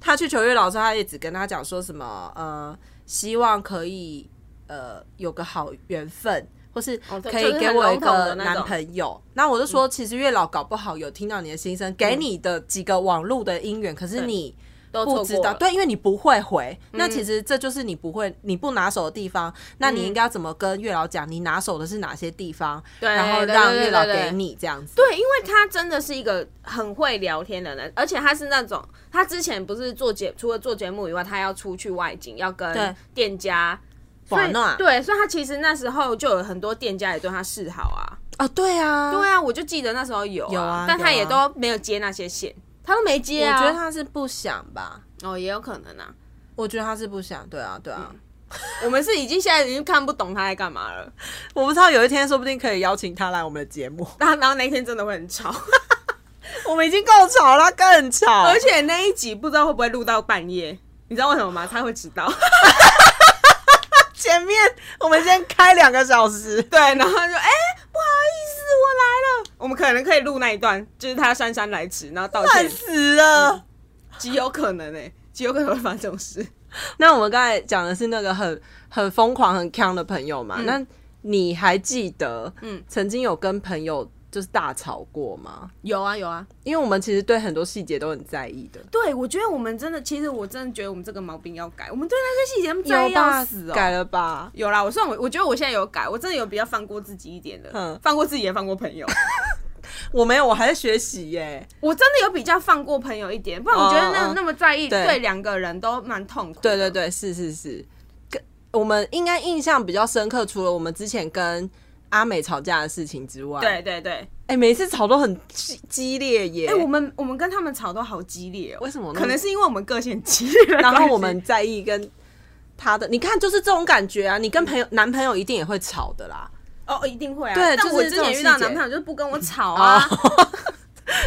S1: 他去求月老的时候，他也只跟他讲说什么呃，希望可以呃有个好缘分，或是
S2: 哦对
S1: 可
S2: 就
S1: 以
S2: 是
S1: 给
S2: 很
S1: 我一
S2: 笼统
S1: 个
S2: 的那
S1: 男
S2: 种
S1: 朋友。那我就说，其实月老搞不好有听到你的心声，给你的几个网路的姻缘，可是你。
S2: 都
S1: 不
S2: 错
S1: 知
S2: 过
S1: 道，
S2: 了嗯
S1: 对，因为你不会回，那其实这就是你不会、你不拿手的地方。那你应该要怎么跟月老讲？你拿手的是哪些地方？
S2: 对
S1: 然后
S2: 对对
S1: 让
S2: 对
S1: 月老
S2: 对
S1: 给你这样子。
S2: 对，因为他真的是一个很会聊天的人，而且他是那种，他之前不是做节，除了做节目以外，他要出去外景，要跟
S1: 对
S2: 店家，所
S1: 玩
S2: 以
S1: 啊
S2: 对，所以他其实那时候就有很多店家也对他示好啊，
S1: 哦，对啊，
S2: 对啊，我就记得那时候有、啊，
S1: 有啊
S2: 但他
S1: 有
S2: 也
S1: 啊
S2: 都没有接那些线，他都没接
S1: 我
S2: 啊，
S1: 觉得他是不想吧，
S2: 哦也有可能啊，
S1: 我觉得他是不想，对啊，对啊。
S2: 我们是已经现在已经看不懂他在干嘛了，
S1: 我不知道有一天说不定可以邀请他来我们的节 目，
S2: 然后然后那一天真的会很吵，
S1: 我们已经够吵了，更吵，
S2: 而且那一集不知道会不会录到半夜，你知道为什么吗？他会迟到。
S1: 前面我们先开两个小 时，
S2: 对，然后他就哎、不好意思，我来了。我们可能可以录那一段，就是他姗姗来迟，然后道
S1: 烂
S2: 歉，
S1: 死了。
S2: 极有可能哎、极有可能会发生这种事。
S1: 那我们刚才讲的是那个很很疯狂、很强的朋友嘛？那你还记得，嗯
S2: 嗯，
S1: 曾经有跟朋友就是大吵过吗？
S2: 有啊，有啊。
S1: 因为我们其实对很多细节都很在意的，
S2: 对，我觉得我们真的，其实我真的觉得我们这个毛病要改，我们对那些细节在
S1: 有
S2: 意
S1: 吧
S2: 要死？哦、
S1: 改了吧？
S2: 有啦，我算我，我觉得我现在有改，我真的有比较放过自己一点的，
S1: 嗯
S2: 放过自己也放过朋友，
S1: 我没有，我还在学习耶。
S2: 我真的有比较放过朋友一点，不然我觉得那、
S1: 哦哦
S2: 那么在意，
S1: 对
S2: 对两个人都蛮痛苦。
S1: 对对，对，是是是。跟我们应该印象比较深刻，除了我们之前跟阿美吵架的事情之外，
S2: 对，对对。
S1: 哎、每次吵都很激激烈耶。
S2: 哎、我们我们跟他们吵都好激烈哦、
S1: 为什么呢
S2: 可能是因为我们个性很激 烈的关系，
S1: 然后我们在意跟他的，你看就是这种感觉啊。你跟朋
S2: 嗯
S1: 友、男朋友一定也会吵的啦。
S2: 哦一定会啊。
S1: 对
S2: 但
S1: 就是
S2: 我之
S1: 这种
S2: 前遇到
S1: 细节哦
S2: 男朋友就是不跟我吵啊。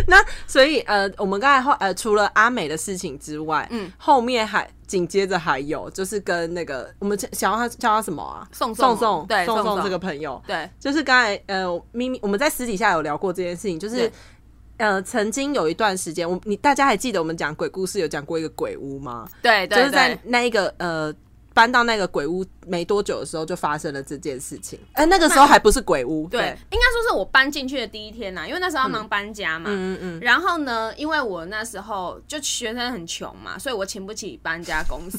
S1: 那所以呃，我们刚才后呃，除了阿美的事情之外，嗯，后面还紧接着还有就是跟那个我们想要他叫他什么啊？
S2: 宋宋
S1: 宋宋
S2: 对
S1: 宋
S2: 宋
S1: 宋
S2: 宋
S1: 这个朋友，
S2: 对，
S1: 就是刚才呃，咪咪，我们在私底下有聊过这件事情，就是
S2: 对
S1: 呃，曾经有一段时间，我你大家还记得我们讲鬼故事有讲过一个鬼屋吗？
S2: 对对
S1: 就是在那一个呃。搬到那个鬼屋没多久的时候，就发生了这件事情。哎、那个时候还不是鬼屋，
S2: 对，应该说是我搬进去的第一天啊呐、因为那时候要忙搬家嘛。
S1: 嗯嗯，
S2: 然后呢，因为我那时候就学生很穷嘛，所以我请不起搬家 公司。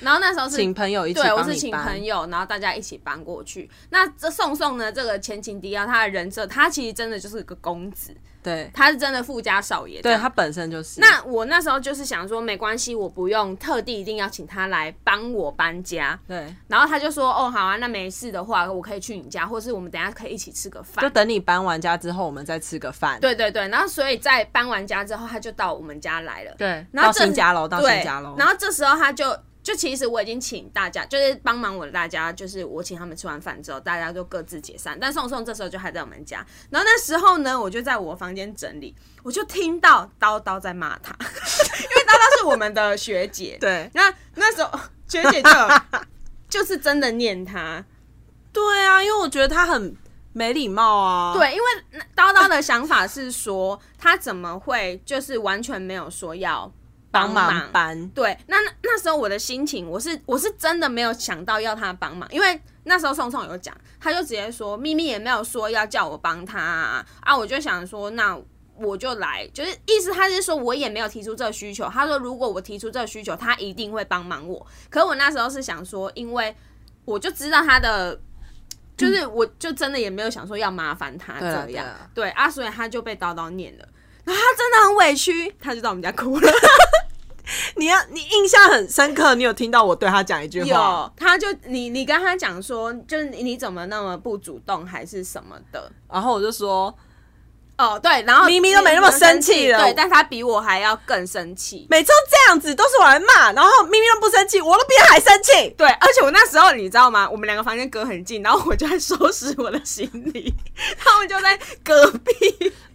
S2: 然后那时候是
S1: 请朋友一起
S2: 对，我
S1: 帮
S2: 是
S1: 你
S2: 请
S1: 搬。
S2: 朋友，然后大家一起搬过去。那这宋宋呢，这个前情敌啊，他的人设，他其实真的就是个公子，
S1: 对
S2: 他是真的富家少爷这
S1: 对，
S2: 样。
S1: 他本身就是。
S2: 那我那时候就是想说，没关系，我不用特地一定要请他来帮我搬家。
S1: 对，
S2: 然后他就说：“哦，好啊，那没事的话，我可以去你家，或是我们等一下可以一起吃个
S1: 就
S2: 饭。
S1: 等你搬完家之后，我们再吃个”饭。
S2: 对对对，然后所以在搬完家之后，他就到我们家来了。
S1: 对，
S2: 然后
S1: 到
S2: 这
S1: 新家喽，到
S2: 对
S1: 新家喽。
S2: 然后这时候他就就其实我已经请大家，就是帮忙我的大家，就是我请他们吃完饭之后，大家就各自解散。但宋宋这时候就还在我们家，然后那时候呢，我就在我房间整理，我就听到叨叨在骂他， 因为叨叨是我们的学姐，
S1: 对
S2: 那那时候学姐就有就是真的念他，
S1: 对啊，因为我觉得他很没礼貌啊。
S2: 对，因为那叨叨的想法是说他怎么会就是完全没有说要
S1: 帮忙
S2: 忙
S1: 搬，
S2: 对，那那那时候我的心情，我是我是真的没有想到要他帮忙，因为那时候宋宋有讲，他就直接说咪咪也没有说要叫我帮他啊，啊我就想说那我就来，就是意思他是说我也没有提出这个需求，他说如果我提出这个需求，他一定会帮忙我。可我那时候是想说，因为我就知道他的。就是我就真的也没有想说要麻烦他
S1: 对啊
S2: 这
S1: 对
S2: 样
S1: 啊，
S2: 对啊，所以他就被叨叨念了，然后他真的很委屈，他就到我们家哭了。
S1: 你要你印象很深刻，你有听到我对他讲一句话，
S2: 有，他就你你跟他讲说，就是你你怎么那么不主动，还是什么的？
S1: 然后我就说
S2: 哦，对，然后
S1: 明明都没那么生气了
S2: 对，但他比我还要更生气。
S1: 每次都这样子都是我来骂，然后明明都不生气，我都比他还生气。
S2: 对，而且我那时候你知道吗？我们两个房间隔很近，然后我就在收拾我的行李， 他们就在隔壁。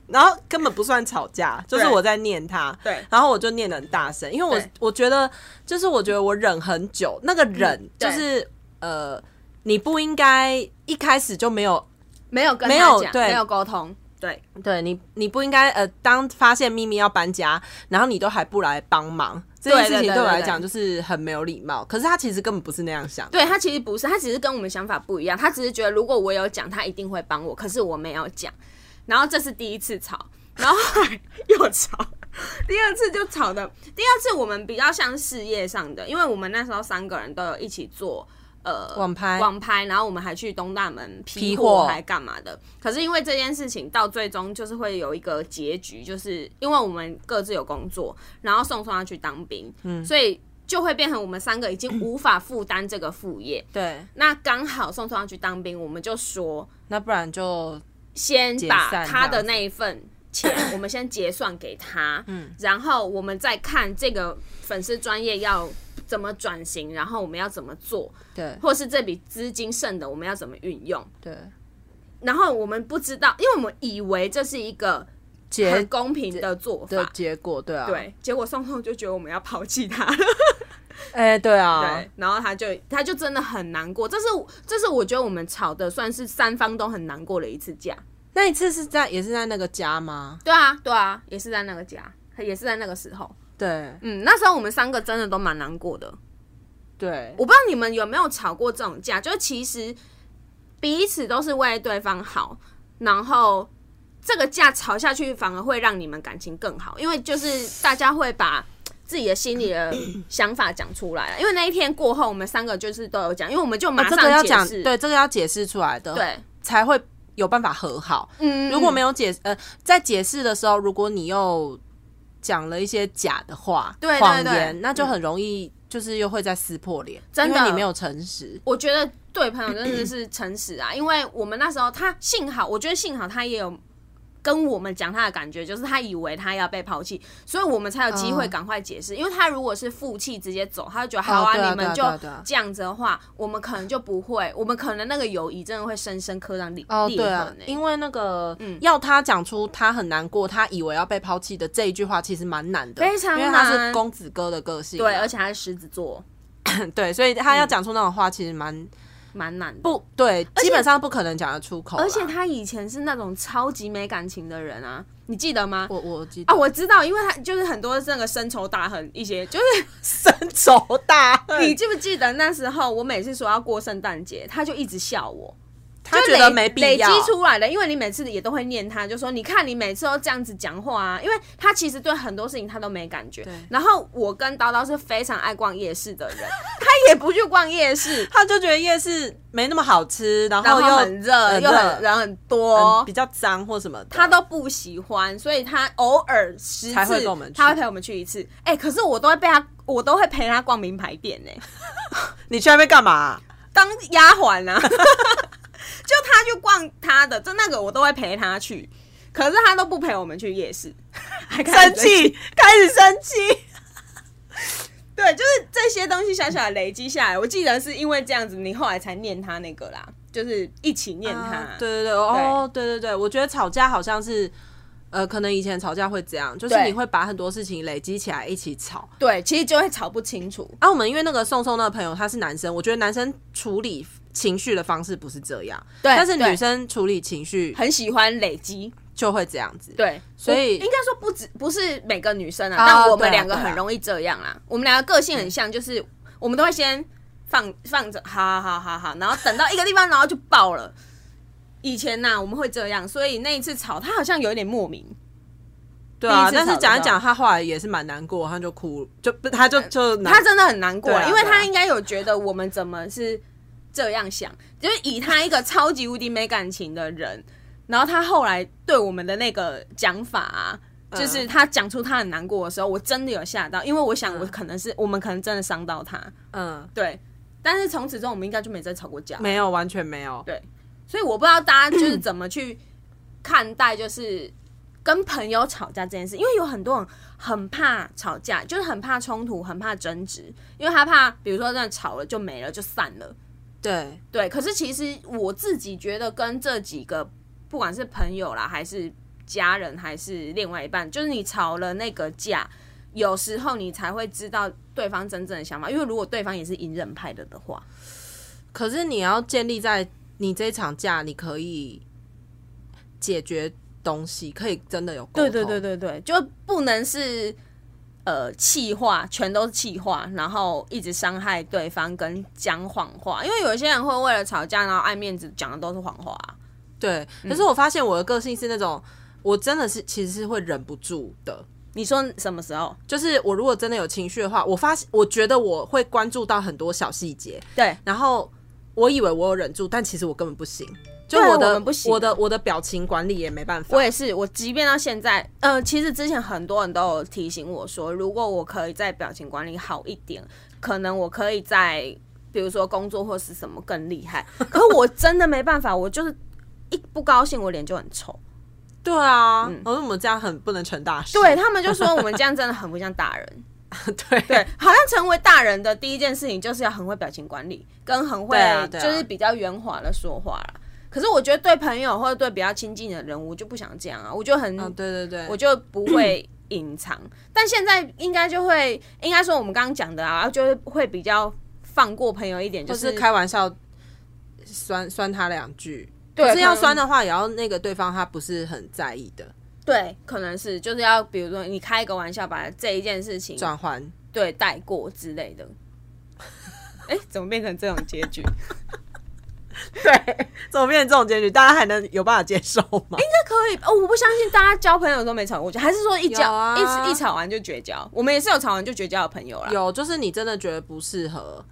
S1: 然后根本不算吵架，就是
S2: 对
S1: 我在念他，
S2: 对
S1: 然后我就念的很大声，因为我
S2: 对
S1: 我觉得就是我觉得我忍很久，那个忍就
S2: 嗯对
S1: 是、呃，你不应该一开始就没有
S2: 没有跟
S1: 没
S2: 他
S1: 有
S2: 讲
S1: 对
S2: 没有沟通，对
S1: 对你，你不应该呃，当发现咪咪要搬家，然后你都还不来帮忙，这件事情
S2: 对对对
S1: 对我来
S2: 对
S1: 讲就是很没有礼貌。可是他其实根本不是那样想。
S2: 对他其实不是，他只是跟我们想法不一样。他只是觉得如果我有讲，他一定会帮我，可是我没有讲。然后这是第一次吵，然后 后来又吵，第二次就吵的。第二次我们比较像事业上的，因为我们那时候三个人都有一起做。呃，
S1: 网拍
S2: 网拍，然后我们还去东大门批
S1: 批
S2: 货，
S1: 货
S2: 还干嘛的？可是因为这件事情到最终就是会有一个结局，就是因为我们各自有工作，然后送送他去当兵，所以就会变成我们三个已经无法负担这个副业。
S1: 对，
S2: 那刚好送送他去当兵，我们就说
S1: 那不然就
S2: 先
S1: 解
S2: 把
S1: 散
S2: 他
S1: 这
S2: 的
S1: 样子
S2: 那一份钱，我们先结算给他，嗯，然后我们再看这个粉丝专业要怎么转型，然后我们要怎么做，
S1: 对
S2: 或是这笔资金剩的我们要怎么运用。
S1: 对
S2: 然后我们不知道，因为我们以为这是一个很
S1: 结
S2: 公平的做
S1: 的
S2: 法，
S1: 结果，对啊，，
S2: 对，结果宋宋就觉得我们要抛弃他了。
S1: 哎，对啊
S2: 对，，然后他就他就真的很难过，这是这是我觉得我们吵的算是三方都很难过的一次架。
S1: 那一次是在也是在那个家吗？
S2: 对啊，对啊，也是在那个家，也是在那个时候。
S1: 对
S2: 嗯，那时候我们三个真的都蛮难过的。
S1: 对
S2: 我不知道你们有没有吵过这种架，就是其实彼此都是为对方好，然后这个架吵下去反而会让你们感情更好，因为就是大家会把自己的心里的想法讲出来了。啊因为那一天过后，我们三个就是都有讲，因为我们就马
S1: 啊这个要
S2: 上解
S1: 讲，
S2: 释，
S1: 对这个要解释出来的，，
S2: 对，
S1: 才会有办法和好。
S2: 嗯，
S1: 如果
S2: 嗯
S1: 没有解呃，在解释的时候，如果你又讲了一些假的话、
S2: 对对
S1: 谎
S2: 对嗯
S1: 言，那就很容易就是又会再撕破脸，
S2: 真的
S1: 因为你没有诚实。
S2: 我觉得对朋友真的是诚实 啊，因为我们那时候他幸好，我觉得幸好他也有跟我们讲他的感觉，就是他以为他要被抛弃，所以我们才有机会赶快解释。因为他如果是负气直接走，他就觉得好
S1: 哦对啊
S2: 你们就
S1: 对啊对啊
S2: 这样子的话，我们可能就不会，我们可能那个友谊真的会深深刻上裂
S1: 哦，
S2: 裂
S1: 对啊
S2: 痕、，欸。
S1: 因为那个、要他讲出他很难过，他以为要被抛弃的这一句话，其实蛮难的，
S2: 非常
S1: 因为他
S2: 难
S1: 是公子哥的个性嘛，
S2: 对，而且他是狮子座，
S1: 对，所以他要讲出那种话，其实蛮
S2: 蛮难的。
S1: 不对，基本上不可能讲得出口啦。啊
S2: 而且他以前是那种超级没感情的人啊，你记得吗？
S1: 我 我记得
S2: 啊，我知道，因为他就是很多那个深仇大恨，一些就是
S1: 深仇大恨
S2: 你记不记得那时候我每次说要过圣诞节，他就一直笑我，
S1: 他
S2: 就
S1: 觉得
S2: 累
S1: 没必
S2: 累积
S1: 要，
S2: 出来的，因为你每次也都会念他，就说你看你每次都这样子讲话啊，因为他其实对很多事情他都没感觉
S1: 对。
S2: 然后我跟叨叨是非常爱逛夜市的人，他也不去逛 夜市，
S1: 他就觉得夜市没那么好吃，然
S2: 然
S1: 后
S2: 后
S1: 又呃
S2: 很热，又很人很
S1: 嗯
S2: 多
S1: 比。较脏或什么的，
S2: 他都不喜欢，所以他偶尔十次
S1: 才会跟我们去
S2: 他会陪我们去一次。哎、可是我都会被他，我都会陪他逛名牌店呢、
S1: 你去那边干嘛、
S2: 当丫鬟啊， 就他去逛他的，就那个我都会陪他去，可是他都不陪我们去夜市，还开始
S1: 生， 气，开始生气。
S2: 对，就是这些东西小小的累积下来，我记得是因为这样子，你后来才念他那个啦，就是一起念他，
S1: 啊对对对，哦，对对对，我觉得吵架好像是，呃，可能以前吵架会这样，就是
S2: 对
S1: 你会把很多事情累积起来一起吵。
S2: 对，其实就会吵不清楚，
S1: 啊，我们因为那个宋宋那个朋友他是男生，我觉得男生处理情绪的方式不是这样，
S2: 对
S1: 但是
S2: 对
S1: 女生处理情绪
S2: 很喜欢累积，
S1: 就会这样子。
S2: 对，
S1: 所以
S2: 我应该说不止不是每个女生啊，
S1: 啊
S2: 但我
S1: 对
S2: 们
S1: 啊
S2: 两个
S1: 对啊嗯
S2: 很容易这样啦。我们两个个性很像，就是我们都会先放放着，好好好好，然后等到一个地方，然后就爆了。以前呐、我们会这样，所以那一次吵，他好像有点莫名。
S1: 对啊，
S2: 第一
S1: 但
S2: 次
S1: 是
S2: 吵的
S1: 讲一
S2: 时候
S1: 讲，他后来也是蛮难过，他就哭，就 不他就就难
S2: 他真的很难过，
S1: 对啊
S2: 因为
S1: 对啊
S2: 他应该有觉得我们怎么是这样想，就是以他一个超级无敌没感情的人，然后他后来对我们的那个讲法、啊，
S1: 嗯
S2: 就是他讲出他很难过的时候，我真的有吓到，因为我想我可能是、我们可能真的伤到他，
S1: 嗯
S2: 对。但是从此之后，我们应该就没再吵过架，
S1: 没有完全没有。
S2: 所以我不知道大家就是怎么去看待，就是跟朋友吵架这件事，因为有很多人很怕吵架，就是很怕冲突，很怕争执，因为他怕，比如说真的吵了就没了，就散了。
S1: 对
S2: 对，可是其实我自己觉得跟这几个，不管是朋友啦，还是家人，还是另外一半，就是你吵了那个架，有时候你才会知道对方真正的想法，因为如果对方也是隐忍派的的话，
S1: 可是你要建立在你这一场架，你可以解决东西，可以真的有沟通。
S2: 对对对对对，就不能是呃气话，全都是气话，然后一直伤害对方跟讲谎话，因为有一些人会为了吵架，然后爱面子讲的都是谎话啊、
S1: 对，可是我发现我的个性是那种，我真的是其实是会忍不住的。
S2: 你说什么时候？
S1: 就是我如果真的有情绪的话，我发现我觉得我会关注到很多小细节，
S2: 对，
S1: 然后我以为我有忍住，但其实我根本不行。就
S2: 对啊
S1: 我
S2: 我
S1: 的
S2: 们不行啊
S1: 我的我的表情管理也没办法。
S2: 我也是，我即便到现在，呃，其实之前很多人都有提醒我说，如果我可以在表情管理好一点，可能我可以在比如说工作或是什么更厉害。可是我真的没办法，我就是一不高兴，我脸就很臭。
S1: 对啊，我说我们这样很不能成大事。
S2: 嗯对他们就说我们这样真的很不像大人。
S1: 对
S2: 对，好像成为大人的第一件事情就是要很会表情管理，跟很会
S1: 对啊对啊
S2: 就是比较圆滑的说话啦。可是我觉得对朋友或者对比较亲近的人，我就不想这样啊，我就很
S1: 嗯，对对对，
S2: 我就不会隐藏。但现在应该就会，应该说我们刚刚讲的啊，就是会比较放过朋友一点，就
S1: 就是是开玩笑酸酸他两句。
S2: 对
S1: 可是要
S2: 可能
S1: 酸的话，也要那个对方他不是很在意的
S2: 对，可能是就是要比如说你开一个玩笑，把这一件事情
S1: 转换。
S2: 对带过之类的。 哎、怎么变成这种结局？应
S1: 对，怎么变成这种结局？大家还能有办法接受吗？
S2: 该可以哦，我不相信大家交朋友都没吵过架，还是说一交、
S1: 有啊
S2: 一一吵完就绝交？我们也是有吵完就绝交的朋友啦。
S1: 有，就是你真的觉得不适合，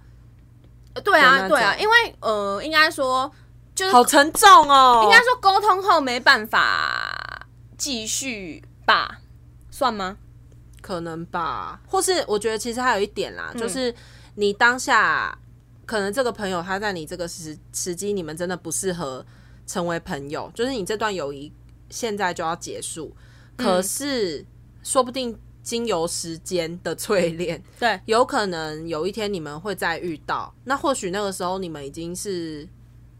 S2: 对啊，
S1: 有那
S2: 对啊，
S1: 种
S2: 因为呃，应该说就是
S1: 好沉重哦。
S2: 应该说沟通后没办法继续吧，算吗？
S1: 可能吧，或是我觉得其实还有一点啦，
S2: 嗯
S1: 就是你当下可能这个朋友他在你这个时时机，你们真的不适合成为朋友，就是你这段友谊现在就要结束，
S2: 嗯
S1: 可是说不定经由时间的淬炼，
S2: 对，
S1: 有可能有一天你们会再遇到，那或许那个时候你们已经是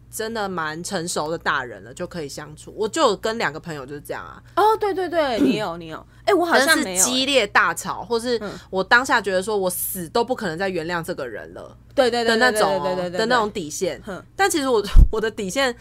S1: 真的蛮成熟的大人了，就可以相处。我就有跟两个朋友就是这样啊，
S2: 哦，对对对，你有你有，哎、我好
S1: 好像
S2: 像
S1: 是
S2: 没有、
S1: 激
S2: 欸，嗯
S1: 烈大吵，或是我当下觉得说我死都不可能再原谅这个人了
S2: 对对对
S1: 的那
S2: 对对
S1: 种
S2: 对
S1: 哦
S2: 对对
S1: 的那种，底线
S2: 哼。
S1: 但其实我我的底线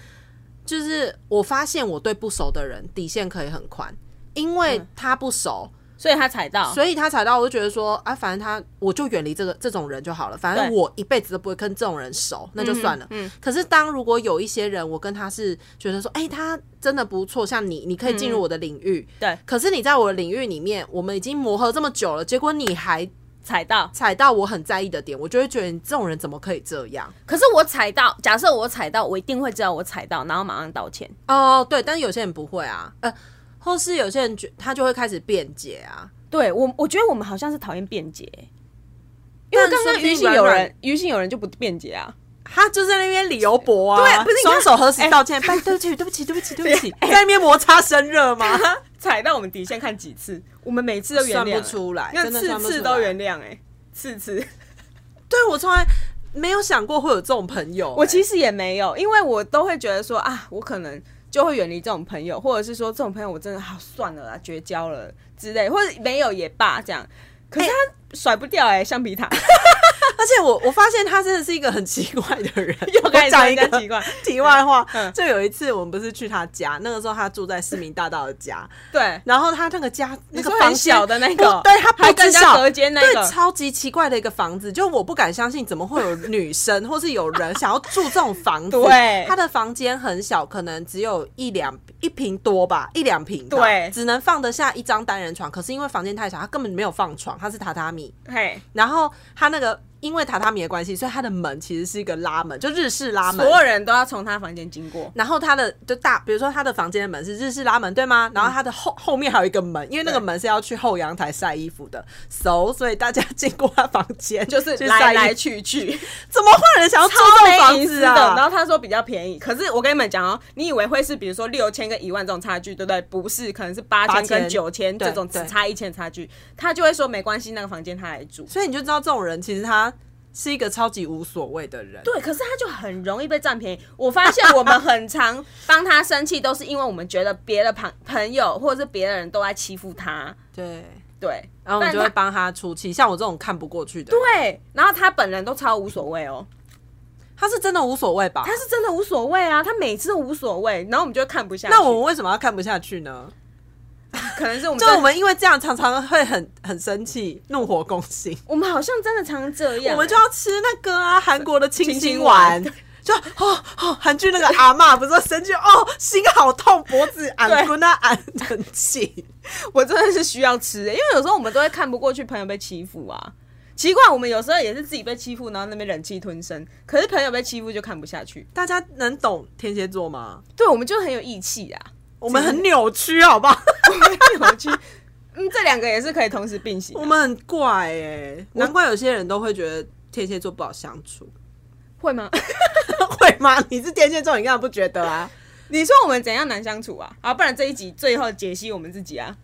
S1: 就是，我发现我对不熟的人底线可以很宽，因
S2: 嗯
S1: 为他不熟，
S2: 所以他踩到，
S1: 所以他踩到我就觉得说啊，反正他我就远离这个这种人就好了，反正
S2: 对
S1: 我一辈子都不会跟这种人熟，那就算了。
S2: 嗯嗯
S1: 可是当如果有一些人，我跟他是觉得说，哎、他真的不错，像你，你可以进入我的领域，
S2: 嗯对，
S1: 可是你在我的领域里面，我们已经磨合这么久了，结果你还
S2: 踩到。
S1: 踩到我很在意的点，我就会觉得你这种人怎么可以这样？
S2: 可是我踩到，假设我踩到，我一定会知道我踩到，然后马上道歉。
S1: 哦，对，但是有些人不会啊，呃，或是有些人觉他就会开始辩解啊，
S2: 对我，我觉得我们好像是讨厌辩解、欸因为刚
S1: 但说
S2: 刚
S1: 不定
S2: 于信
S1: 软
S2: 有
S1: 软
S2: 人，于信有人就不辩解啊。
S1: 他就在那边理由驳啊，
S2: 对不是你看哎
S1: 双手合十道歉，拜、对不起，对不起，对不起，对不 起，在那边摩擦生热吗？
S2: 踩到我们底线看几次，我们每次都原谅、
S1: 算不出来
S2: 那
S1: 真的
S2: 次
S1: 算不出
S2: 次都
S1: 来
S2: 原谅哎、次次。
S1: 对我从来没有想过会有这种朋友、哎
S2: 我其
S1: 实
S2: 实也没有，因为我都会觉得说啊，我可能就会远离这种朋友，或者是说这种朋友我真的好、算了啦，绝交了之类，或者没有也罢这样。可是他甩不掉哎、橡 皮塔
S1: 而且我我发现他真的是一个很奇怪的人，
S2: 又
S1: 我
S2: 开始
S1: 讲
S2: 讲
S1: 一
S2: 一个
S1: 个
S2: 奇怪，
S1: 题外话
S2: 嗯，
S1: 就有一次我们不是去他家，那个时候他住在市民大道的家，
S2: 对，
S1: 然后他那个家那
S2: 你
S1: 个
S2: 说
S1: 房
S2: 很小的那个
S1: 不对他
S2: 还
S1: 不
S2: 跟
S1: 知
S2: 人家
S1: 道
S2: 隔间那个
S1: 对，超级奇怪的一个房子，就我不敢相信怎么会有女生或是有人想要住这种房子。
S2: 对
S1: 他的房间很小，可能只有一两一平多吧，一两平吧，
S2: 对
S1: 只能放得下一张单人床。可是因为房间太小，他根本没有放床，他是榻榻米，
S2: 嘿，
S1: 然后他那个。因为榻榻米的关系，所以他的门其实是一个拉门，就日式拉门
S2: 所，有人都要从他房间经过，
S1: 然后他的就大，比如说他的房间的门是日式拉门，对
S2: 嗯
S1: 吗？然后他的后后面还有一个门，因为那个门是要去后阳台晒衣服的，so 所以大家经过他房 间
S2: 就是
S1: 去晒
S2: 来
S1: 衣
S2: 来
S1: 服，
S2: 去去，
S1: 怎么会有人想要租这种
S2: 超没
S1: 房
S2: 隐私
S1: 子
S2: 的。然
S1: 啊？
S2: 后他说比较便宜，可是我跟你们讲哦，你以为会是比如说六千跟一万这种差距，对不对？不是，可能是八千跟
S1: 8000
S2: 九千这种
S1: 对
S2: 只
S1: 对
S2: 差一千差距，他就会说没关系，那个房间他来住。
S1: 所以你就知道这种人其实他是一个超级无所谓的人。
S2: 对，可是他就很容易被占便宜。我发现我们很常帮他生气，都是因为我们觉得别的朋朋友或者是别的人都在欺负他。
S1: 对，
S2: 对，
S1: 然后我们
S2: 但
S1: 就会
S2: 他
S1: 帮他出气。像我这种看不过去的人，
S2: 对，然后他本人都超无所谓哦，
S1: 他是真的无所谓吧
S2: 他？是真的无所谓啊，他每次都无所谓，然后我们就看不下去。
S1: 那我们为什么要看不下去呢？
S2: 可能是我们
S1: 就
S2: 真的
S1: 我们因为这样常常会很很生气，怒火攻心，
S2: 我们好像真的常这样、
S1: 我们就
S2: 欸
S1: 要吃那个啊韩国的清
S2: 清
S1: 心
S2: 心
S1: 丸
S2: 丸。
S1: 就哦哦，韩剧那个阿嬷不是生气哦，心好痛，脖子俺
S2: 对
S1: 跟那俺很气，
S2: 我真的是需要吃、欸因为有时候我们都会看不过去朋友被欺负啊。奇怪，我们有时候也是自己被欺负，然后那边忍气吞声，可是朋友被欺负就看不下去。
S1: 大家能懂天蝎座吗？
S2: 对，我们就很有义气啊，
S1: 我们很扭曲，好不好？
S2: 扭曲。 嗯，这两个也是可以同时并行的啊
S1: 我，们很怪哎、难怪有些人都会觉得天蝎座不好相处，
S2: 会吗？
S1: 会吗？你是天蝎座，你干嘛不觉得啊？
S2: 你说我们怎样难相处啊？啊，不然这一集最后解析我们自己啊。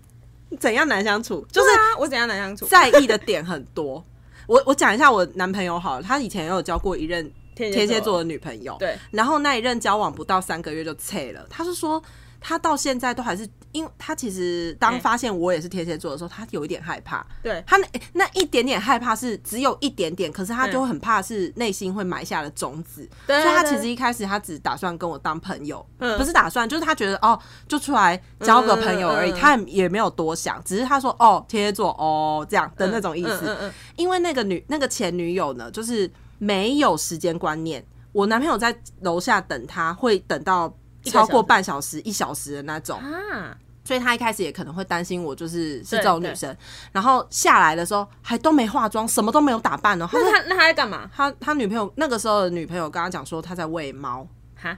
S1: 你怎样难相处？就是
S2: 对啊，我怎样难相处？
S1: 在意的点很多。我我讲一下我男朋友好了，他以前也有交过一任
S2: 天
S1: 天蝎座的女朋友，
S2: 对，
S1: 然后那一任交往不到三个月就撤了。他是说他到现在都还是，因为他其实当
S2: 哎
S1: 发现我也是天蝎座的时候，他有一点害怕。
S2: 对
S1: 他那那一点点害怕是只有一点点，可是他
S2: 嗯
S1: 就会很怕是内心会埋下了种子，
S2: 对
S1: 所以他
S2: 对
S1: 其实一开始他只打算跟我当朋友，
S2: 嗯
S1: 不是打算，就是他觉得哦，就出来交个朋友而已，
S2: 嗯嗯嗯
S1: 他也也没有多想，只是他说哦天蝎座哦这样的那种意思，
S2: 嗯嗯嗯嗯
S1: 因为那个女那个前女友呢，就是没有时间观念。我男朋友在楼下等她，会等到
S2: 一个
S1: 超过
S2: 小时
S1: 半小时、一小时的那种，
S2: 啊，
S1: 所以他一开始也可能会担心我就是是
S2: 对
S1: 这种女
S2: 对
S1: 生。然后下来的时候还都没化妆，什么都没有打扮哦。他
S2: 那
S1: 说
S2: 他那他在干嘛？
S1: 他他女朋友那个时候的女朋友跟他讲说他在喂猫。
S2: 哈，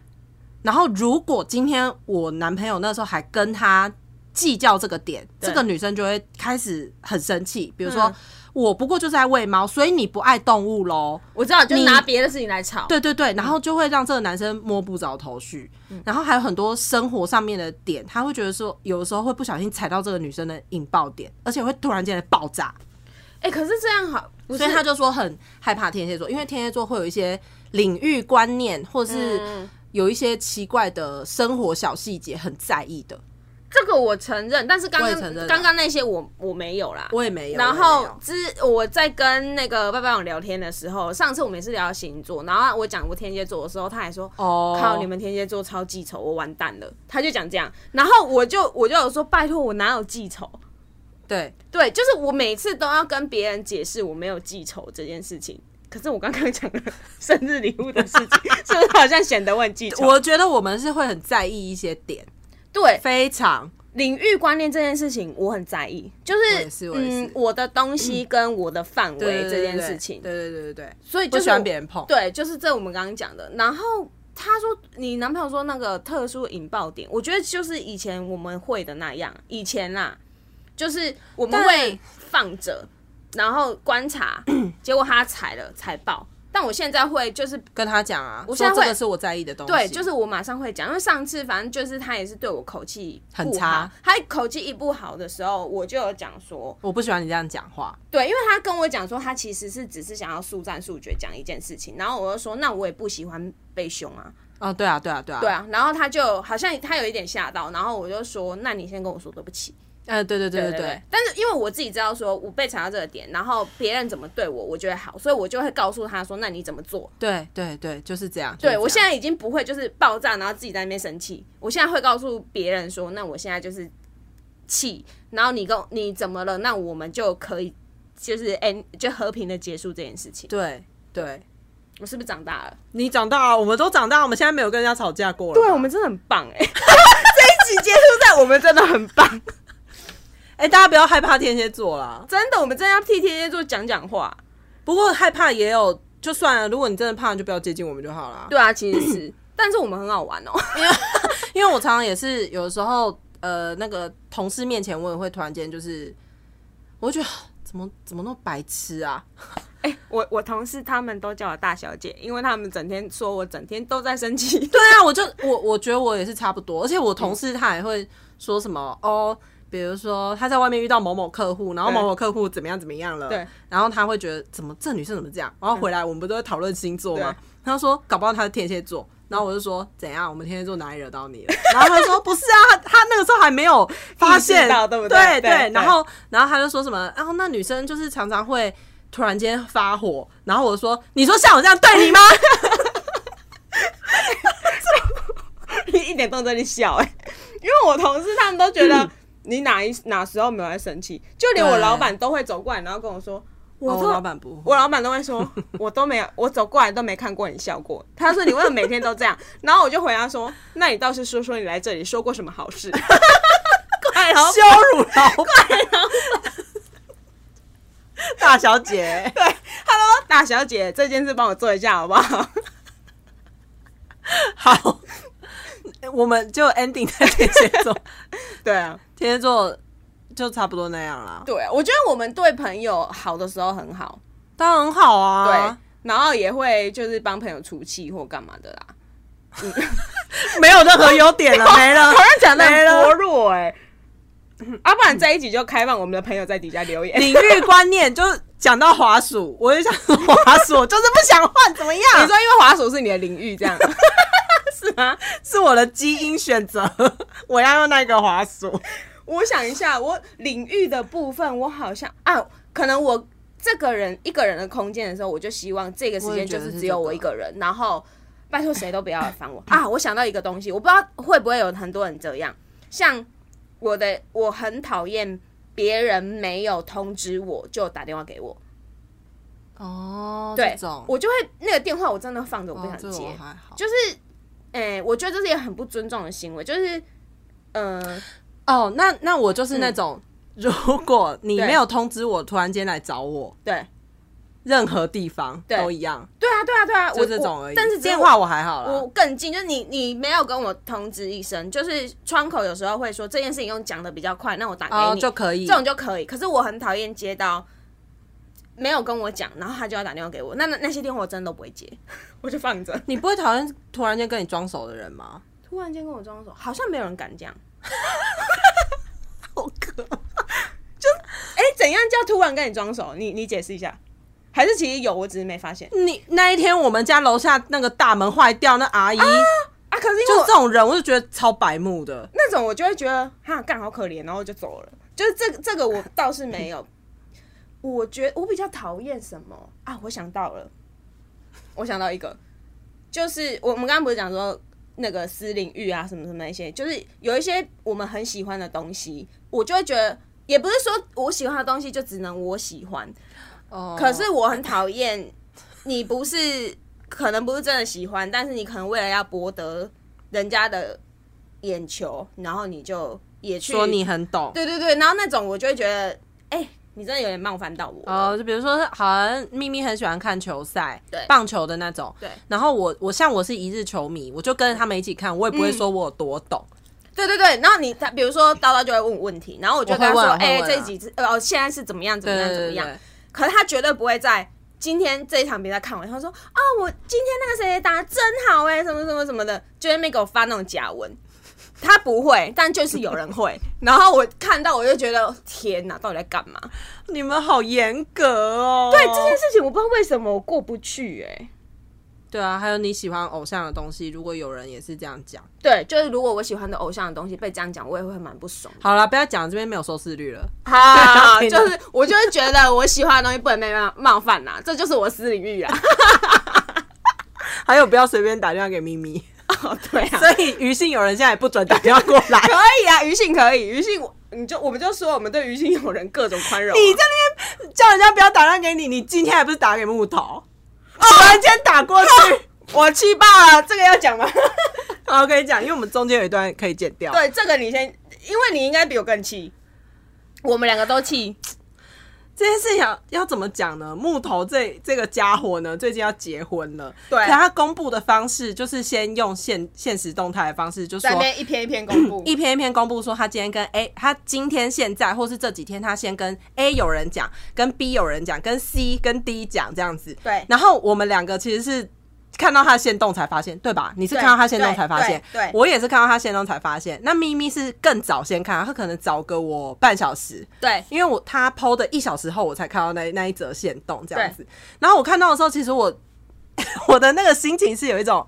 S1: 然后如果今天我男朋友那时候还跟他计较这个点，
S2: 对
S1: 这个女生就会开始很生气，比如说。
S2: 嗯
S1: 我不过就是在喂猫，所以你不爱动物喽。
S2: 我知道，就
S1: 你
S2: 拿别的事情来吵。
S1: 对对对，然
S2: 嗯
S1: 后就会让这个男生摸不着头绪，然后还有很多生活上面的点，他会觉得说，有的时候会不小心踩到这个女生的引爆点，而且会突然间的爆炸，
S2: 哎、可是这样好，不是
S1: 所以他就说很害怕天蝎座，因为天蝎座会有一些领域观念，或是
S2: 嗯
S1: 有一些奇怪的生活小细节很在意的。
S2: 这个我承认，但是刚
S1: 我也承认啊
S2: 刚刚刚那些我我没有啦。
S1: 我也没有，
S2: 然
S1: 我也没
S2: 后
S1: 有
S2: 之我在跟那个拜拜网聊天的时候，上次我们也是聊到星座，然后我讲过天蝎座的时候，他还说
S1: 哦，
S2: 靠，你们天蝎座超记仇，我完蛋了。他就讲这样，然后我就我就有说，拜托，我哪有记仇？
S1: 对，
S2: 对，就是我每次都要跟别人解释我没有记仇这件事情。可是我刚刚讲了 生日礼物的事情， 是不是好像显得我很记仇？
S1: 我觉得我们是会很在意一些点，
S2: 对
S1: 非常
S2: 领域观念这件事情我很在意，就是
S1: 我也是我也是
S2: 嗯，我的东西跟我的范围这件事情，
S1: 对对对对对，
S2: 所以就
S1: 不
S2: 是
S1: 喜欢
S2: 我
S1: 别人碰。
S2: 对，就是这我们刚刚讲的。然后他说，你男朋友说那个特殊的引爆点，我觉得就是以前我们会的那样，以前啦，就是我们
S1: 但
S2: 会放着，然后 观察，结果他踩了踩爆。但我现在会就是
S1: 跟他讲啊，我
S2: 现在
S1: 说这
S2: 会
S1: 个是我在意的东西，
S2: 对，就是我马上会讲，因为上次反正就是他也是对我口气不
S1: 很差
S2: 好，他口气一不好的时候，我就有讲说，
S1: 我不喜欢你这样讲话。
S2: 对，因为他跟我讲说，他其实是只是想要速战速决讲一件事情，然后我就说，那我也不喜欢被凶啊，
S1: 啊，对啊，对啊，对啊，
S2: 对，啊，然后他就好像他有一点吓到，然后我就说，那你先跟我说对不起，
S1: 呃，对对对对对
S2: 对，，但是因为我自己知道说我被踩到这个点，然后别人怎么对我，我觉得好，所以我就会告诉他说，那你怎么做？
S1: 对对对，就是这样。
S2: 对我现
S1: 在
S2: 在已经不会就是爆炸，然后自己在那边生气。我现在会告诉别人说，那我现在就是气，然后你跟我你怎么了？那我们就可以就是哎、就和平的结束这件事情。
S1: 对对，
S2: 我是不是长大了？
S1: 你长大了，我们都长大了，我们现在没有跟人家吵架过了。
S2: 对，我们真的很棒 哎、这一集结束在我们真的很棒，
S1: 哎、大家不要害怕天蝎座啦，
S2: 真的，我们真的要替天蝎座讲讲话。
S1: 不过害怕也有。就算了，如果你真的怕，你就不要接近我们就好啦。
S2: 对啊，其实 是，但是我们很好玩哦、
S1: 因为我常常也是有的时候，呃，那个同事面前，我也会突然间就是，我会觉得啊怎么怎么那么白痴啊？
S2: 哎、我我同事他们都叫我大小姐，因为他们整天说我整天都在生气。
S1: 对啊，我就我我觉得我也是差不多，而且我
S2: 嗯
S1: 同事他还会说什么、哦，比如说他在外面遇到某某客户，然后
S2: 对
S1: 某某客户怎么样怎么样了，
S2: 对，嗯
S1: 然后他会觉得怎么这女生怎么这样，然后回来我们不都会讨论星座吗
S2: 对？
S1: 他就说搞不好他是天蝎座。然后我就说怎样，我们天蝎座哪里惹到你了？然后他就说不是啊，他他那个时候还没有发
S2: 意
S1: 现
S2: 识，到对不
S1: 对
S2: 对对对
S1: 然后然后他就说什么，然、后那女生就是常常会突然间发火，然后我说你说像我这样对你吗？
S2: 欸一点动都在笑哎、因为我同事他们都觉得你哪一哪时候没有在生气？就连我
S1: 对
S2: 老板都会走过来，然后跟我说。我
S1: 哦
S2: 都、
S1: 我老板不会
S2: 我老板都会 说，我都没有，我走过来都没看过你笑过。他说你为什么每天都这样？ 然后我就回答说，那你倒是说说你来这里说过什么好 事？快老
S1: 羞辱 老板，
S2: 啊
S1: 大小姐，
S2: 对，Hello 大小姐，这件事帮我做一下好不好？
S1: 好，我们就 ending 在天蝎座，
S2: 对啊，
S1: 天蝎座就差不多那样啦，
S2: 对啊，我觉得我们对朋友好的时候很好，
S1: 当然很好
S2: 对，
S1: 啊，
S2: 然后也会就是帮朋友出气或干嘛的啦。
S1: 对，没有任何优 点了，没了，
S2: 好像讲的
S1: 没
S2: 很
S1: 了
S2: 薄。弱哎、啊，不然这一集就开放我们的朋友在底下留言。
S1: 领域观念就是讲到滑鼠，我就想说滑鼠，就是不想换，怎么样？
S2: 你说因为滑鼠是你的领域，这样是吗？
S1: 是我的基因选择，我要用那个滑鼠。
S2: 我想一下，我领域的部分，我好像啊，可能我这个人一个人的空间的时候，我就希望这个时间就只有我一个人，然后拜托谁都不要来 烦我啊！我想到一个东西，我不知道会不会有很多人这样，像我的，我很讨厌别人没有通知我就打电话给我，
S1: 哦，
S2: 对，我就会那个电话我真的放着，我不想接，
S1: 还好
S2: 就是，哎、我觉得这是一个很不尊重的行为，就是，嗯、
S1: 哦，那那我就是那种，如果你
S2: 对
S1: 没有通知我，突然间来找我，
S2: 对。
S1: 任何地方
S2: 对
S1: 都一样，
S2: 对啊，对啊，对啊，
S1: 就
S2: 我
S1: 这种
S2: 我
S1: 而已。
S2: 但是
S1: 电
S2: 电
S1: 话
S2: 话
S1: 我啊还好啦
S2: 我，更近，就是你你没有跟我通知一声，就是窗口有时候会说这件事情用讲的比较快，那我打给
S1: 哦
S2: 你，
S1: 就可以
S2: 这。种就可以。可是我很讨厌接到没有跟我讲，然后他就要打电话给我，那那那些电话我真的都不会接， 我就放着。
S1: 你不会讨厌突然间跟你装熟的人 吗？
S2: 突然间跟我装手，好像没有人敢这样。
S1: 好可
S2: 哎、怎样叫突然跟你装手？你你解释一下，还是其实有，我只是没发现
S1: 你那一天我们家楼下那个大门坏掉，那阿姨就
S2: 啊？可是因为我
S1: 是这种人，我就觉得超白目的。
S2: 那种我就会觉得哈干好可怜，然后就走了。就是这这个我倒是没有，我觉我比较讨厌什么啊？我想到了，我想到一个，就是我我们刚刚不是讲说那个私领域啊什么什么那些，就是有一些我们很喜欢的东西，我就会觉得。也不是说我喜欢的东西就只能我喜欢，
S1: 哦，
S2: 可是我很讨厌 你不是可能不是真的喜欢，但是你可能为了要博得人家的眼球，然后你就也去
S1: 说你很懂，
S2: 嗯对对对，然后那种我就会觉得，哎、你真的有点冒犯到我了。
S1: 哦，就比如说，好像咪咪很喜欢看球赛，
S2: 对
S1: 棒球的那种，
S2: 对。
S1: 然后我我像我是一日球迷，我就跟着他们一起看，我也
S2: 嗯
S1: 不会说我有多懂，
S2: 对对对，然后你他比如说叨叨就会问我问题，然后我就跟他
S1: 我会
S2: 说
S1: 问啊，
S2: 哎、
S1: 我会
S2: 这
S1: 问啊
S2: 几次呃现在是怎么样怎么
S1: 对
S2: 样
S1: 对
S2: 怎么
S1: 对
S2: 样，
S1: 对，
S2: 可是他绝对不会在今天这一场比赛看完，他说啊、我今天那个谁谁打得真好哎、什么什么什么的，就在那边给我发那种假文。他不会，但就是有人 会。然后我看到我就觉得天哪，到底在干嘛？
S1: 你们好严格哦。
S2: 对这件事情，我不知道为什么我过不去哎、
S1: 对啊，还有你喜欢偶像的东西，如果有人也是这样讲，
S2: 对，就是如果我喜欢的偶像的东西被这样讲，我也会蛮不爽。
S1: 好了，不要讲这边没有收视率了。
S2: 好，
S1: 对
S2: 就是我就是觉得我喜欢的东西不能被冒冒犯啦，这就是我私领域啊。
S1: 还有不要随便打电话给咪咪，
S2: 哦，对 啊，
S1: 所以余信有人现在也不准打电话过来。
S2: 可以啊，余信可以，余信我你就我们就说我们对余信有人各种宽容啊、
S1: 你在那边叫人家不要打电话给你，你今天还不是打给 木头？突然间打过 去，
S2: 我气爆了，这个要讲吗？
S1: 好，可以讲，因为我们中间有一段可以剪掉。
S2: 对，这个你先，因为你应该比我更气，我们两个都气。
S1: 这件事情要要怎么讲呢？木头这这个家伙呢，最近要结婚了。
S2: 对
S1: 可他公布的方式就是先用现现实动态的方式，就说
S2: 在那边一篇一篇公布，
S1: 一篇一篇公布说他今天跟 A，他今天现在或是这几天他先跟 A 有人讲，跟 B 有人讲，跟 C 跟 D 讲这样子。
S2: 对
S1: 然后我们两个其实是。看到他的线动才发现，对吧？你是
S2: 对
S1: 看到他线动才发现，
S2: 对对对
S1: 我也是看到他线动才发现。那咪咪是更早先看，他可能早个我半小时，
S2: 对
S1: 因为我他剖的一小时后，我才看到那那一则线动这样子。然后我看到的时候，其实我 我的那个心情是有一种，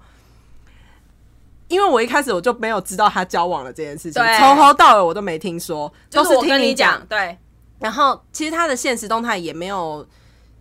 S1: 因为我一开始我就没有知道他交往了这件事情，
S2: 对
S1: 从头到尾我都没听说，
S2: 就
S1: 都
S2: 是我
S1: 听
S2: 跟你
S1: 讲
S2: 讲，。对
S1: 然后其实他的现实动态也没有，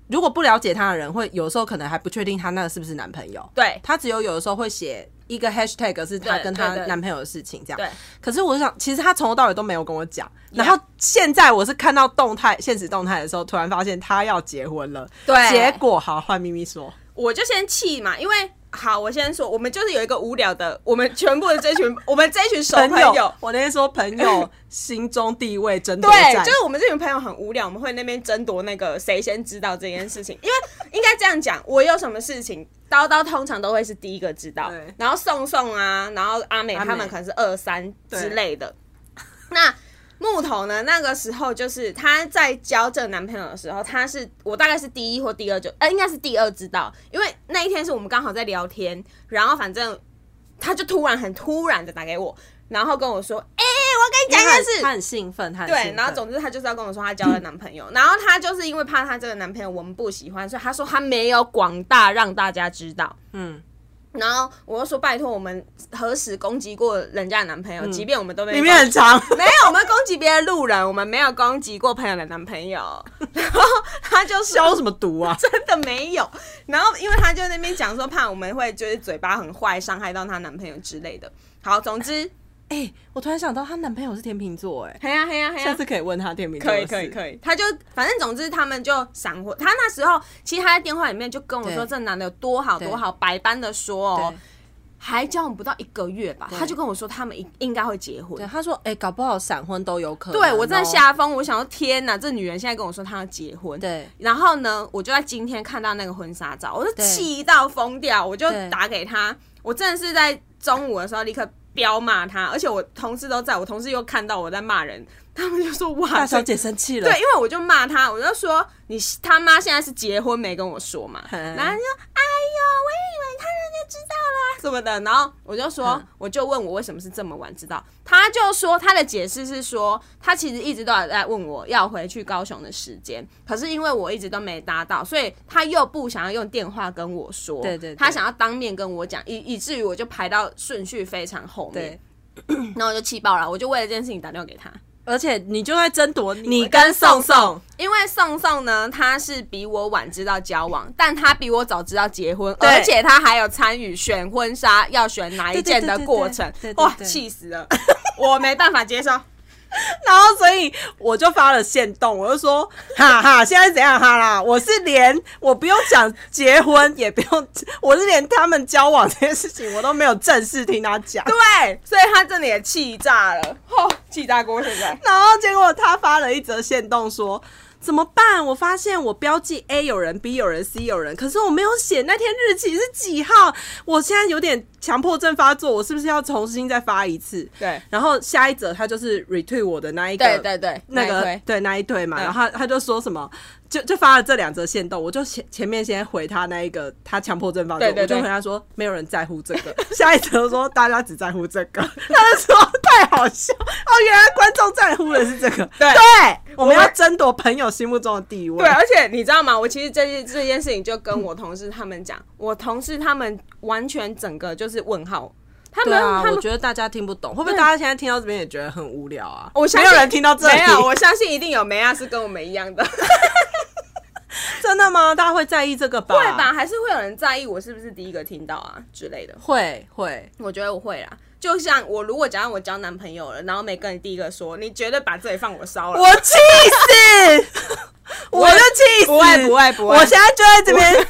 S1: 如果不了解他的人，会有时候可能还不确定他那个是不是男朋友。
S2: 对
S1: 他只有有的时候会写一个 hashtag 是她
S2: 对
S1: 跟她
S2: 对对
S1: 男朋友的事情这样。
S2: 对
S1: 可是我就想，其实她从头到尾都没有跟我讲。然后现在我是看到动态、现实动态的时候，突然发现她要结婚了。
S2: 对
S1: 结果好换咪咪说，
S2: 我就先气嘛，因为好，我先说，我们就是有一个无聊的，我们全部的这群，我们这群熟
S1: 朋
S2: 朋
S1: 友
S2: 友。，
S1: 我那天说朋 友心中地位争夺
S2: 对，
S1: 战
S2: 就，是我们这群朋友很无聊，我们会那边争夺那个谁先知道这件事情，因为应该这样讲，我有什么事情，叨叨通常都会是第一个知道
S1: 对，
S2: 然后宋宋啊，然后阿美
S1: 阿美
S2: 他们可能是二三之类的。那木头呢？那个时候就是她在交这个男朋友的时候，她是我大概是第一或第二就，呃，应该是第二知道，因为那一天是我们刚好在聊天，然后反正他就突然很突然的打给我，然后跟我说：“哎、我要跟你讲
S1: 因为她
S2: 一
S1: 很
S2: 件事。”
S1: 她很兴奋，她很兴
S2: 对，
S1: 奋
S2: 然后总之她就是要跟我说她交了男朋友，然后她就是因为怕她这个男朋友我们不喜欢，所以她说她没有广大让大家知道。
S1: 嗯，
S2: 然后我又说拜托，我们何时攻击过人家的男朋友？即便我们都没
S1: 嗯里面很长，
S2: 没有，我们攻击别的路人，我们没有攻击过朋友的男朋友。 然后她就 说
S1: 消什么毒啊？
S2: 真的没有。然后因为她就在那边讲说怕我们会就是嘴巴很坏，伤害到她男朋友之类的。好，总之，
S1: 哎、我突然想到，她男朋友是天秤座、哎、
S2: 嘿呀嘿呀嘿
S1: 下
S2: 呀，
S1: 次可以问她天秤座
S2: 可
S1: 的事。
S2: 以可以可以，他就反正总之他们就闪婚。他那时候其实他在电话里面就跟我说
S1: 对
S2: 这男的有多好
S1: 对
S2: 多好，百般的说哦
S1: 对，
S2: 还交往不到一个月吧，
S1: 对
S2: 他就跟我说他们应应该会结婚
S1: 对，。他说，哎、搞不好闪婚都有可能、哦
S2: 对我真的。吓疯，我想说天哪，这女人现在跟我说她要结婚。
S1: 对，
S2: 然后呢，我就在今天看到那个婚纱照，我就
S1: 对
S2: 气到疯掉，我就
S1: 对
S2: 打给他，我真的是在中午的时候立刻彪骂他，而且我同事都在，我同事又看到我在骂人，他们就说哇，
S1: 大
S2: 这
S1: 小姐生气了。
S2: 对，因为我就骂他，我就说你他妈现在是结婚没跟我说嘛，
S1: 嗯
S2: 然后他就哎呦，我以为他人就知道啦什么的，然后我就说
S1: 嗯，
S2: 我就问我为什么是这么晚知道，他就说他的解释是说他其实一直都有在问我要回去高雄的时间，可是因为我一直都没搭到，所以他又不想要用电话跟我说，
S1: 对对对
S2: 他想要当面跟我讲，以以至于我就排到顺序非常后面
S1: 对，，
S2: 然后我就气爆了，我就为了这件事情打电话给他。
S1: 而且你就在争夺你
S2: 跟
S1: 宋
S2: 宋
S1: 宋，
S2: 因为宋宋呢，他是比我晚知道交往，但他比我早知道结婚，
S1: 对
S2: 而且他还有参与选婚纱要选哪一件
S1: 对对对
S2: 的
S1: 对
S2: 过程
S1: 对对，对
S2: 哇，气死了！我没办 法接受，
S1: 然后所以我就发了线动，我就说，哈哈，现在怎样哈啦？我是连我不用讲结婚，也不用，我是连他们交往这件事情，我都没有正式听他讲。
S2: 对，所以他真的也气炸了，吼，气炸锅现在。
S1: 然后结果他发了一则线动说。怎么办？我发现我标记 A 有人，B 有人，C 有人，可是我没有写那天日期是几号。我现在有点强迫症发作，我是不是要重新再发一次？
S2: 对
S1: 然后下一则他就是 retweet 我的那一个，
S2: 对对对，
S1: 那
S2: 一
S1: 个
S2: 推
S1: 对那一对嘛，
S2: 嗯
S1: 然后他他就说什么，就就发了这两则线动，我就前前面先回他那一个他强迫症发作，
S2: 对对
S1: 我就
S2: 对
S1: 回他说没有人在乎这个， 下一则说大家只在乎这个， 他就说太好笑哦，原来观众在乎的是这个，
S2: 对
S1: 我们要争夺朋友心目中的地位
S2: 对，，而且你知道吗？我其实这件这件事情就跟我同事他们讲，我同事他们完全整个就是问号，他们、他们
S1: 啊觉得大家听不懂，会不会
S2: 对
S1: 大家现在听到这边也觉得很无聊啊？
S2: 我相
S1: 没
S2: 信
S1: 有人听到这里，
S2: 没有，我相信一定有梅亚是跟我们一样的，会
S1: 真的吗？大家会在意这个吧？会
S2: 吧？？ 还是会有人在意我是不是第一个听到啊之类的？
S1: 会会，
S2: 我觉得我会啦。就像我如果假如我交男朋友了，然后没跟你第一个说，你绝对把这里放我烧 了。
S1: 我气死，我就气死，
S2: 不会不会不会
S1: 我现在就在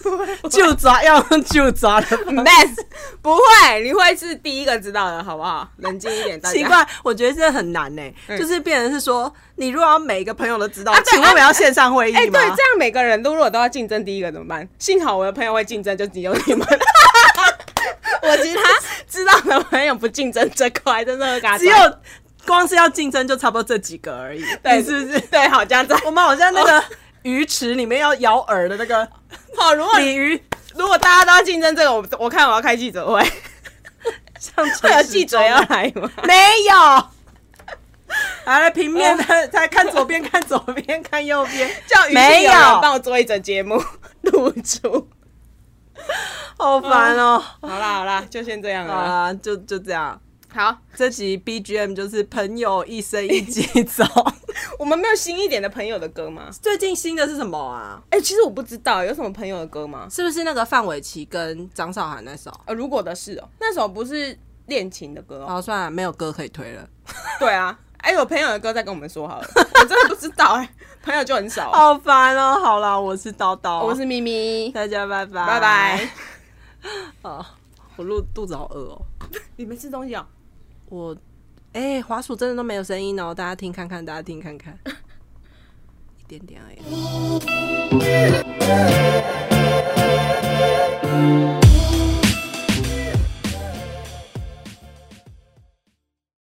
S1: 这边就抓，要用就抓的。
S2: mess 不会，你会是第一个知道的，好不好？冷静一点，大家。
S1: 奇怪，我觉得这很难呢、
S2: 嗯
S1: 就是变成是说，你如果要每一个朋友都知道，
S2: 啊对
S1: 请问我要线上会议吗？
S2: 哎、对，这样每个人都如果都要竞争第一个怎么办？幸好我的朋友会竞争，就只有你 们。我其他知道的朋友不竞争这块，真的会嘎。
S1: 啊只有光是要竞争就差不多这几个而已，
S2: 对，哦
S1: 你是不是？
S2: 对，好，这样子。
S1: 我们好像那个鱼池里面要咬饵的那个
S2: 好，如果
S1: 鲤鱼，
S2: 如果大家都要竞争这个，我我看我要开记者会，
S1: 像
S2: 会有
S1: 陈
S2: 记
S1: 时
S2: 者啊
S1: 中
S2: 要来吗？
S1: 没有。来来，平面
S2: 哦
S1: 的，再看左边，看左边，看右边，
S2: 叫于
S1: 没
S2: 有人
S1: 有，
S2: 帮我做一整节目 露出。
S1: 好烦哦、嗯哦
S2: 好啦好啦，就先这样了啦。
S1: 啊，就就这样。
S2: 好，
S1: 这集 BGM 就是朋友一生一起 走。
S2: 我们没有新一点的朋友的歌吗？
S1: 最近新的是什么啊？
S2: 哎、其实我不知道有什么朋友的歌吗？
S1: 是不是那个范玮琪跟张韶涵那首？
S2: 呃，如果的事哦、那首不是恋情的歌哦、
S1: 好，算了，没有歌可以推了。
S2: 对啊，哎、有朋友的歌再跟我们说好了， 我真的不知道哎、朋友就很少、
S1: 好烦哦！好啦，我是叨叨，
S2: 我是咪咪，
S1: 大家拜拜，
S2: 拜拜。
S1: 啊！ 我录肚子好饿哦。
S2: 你没吃东西哦、
S1: 我哎、滑鼠真的都没有声音哦， 大家听看看，大家听看看，一点点而已。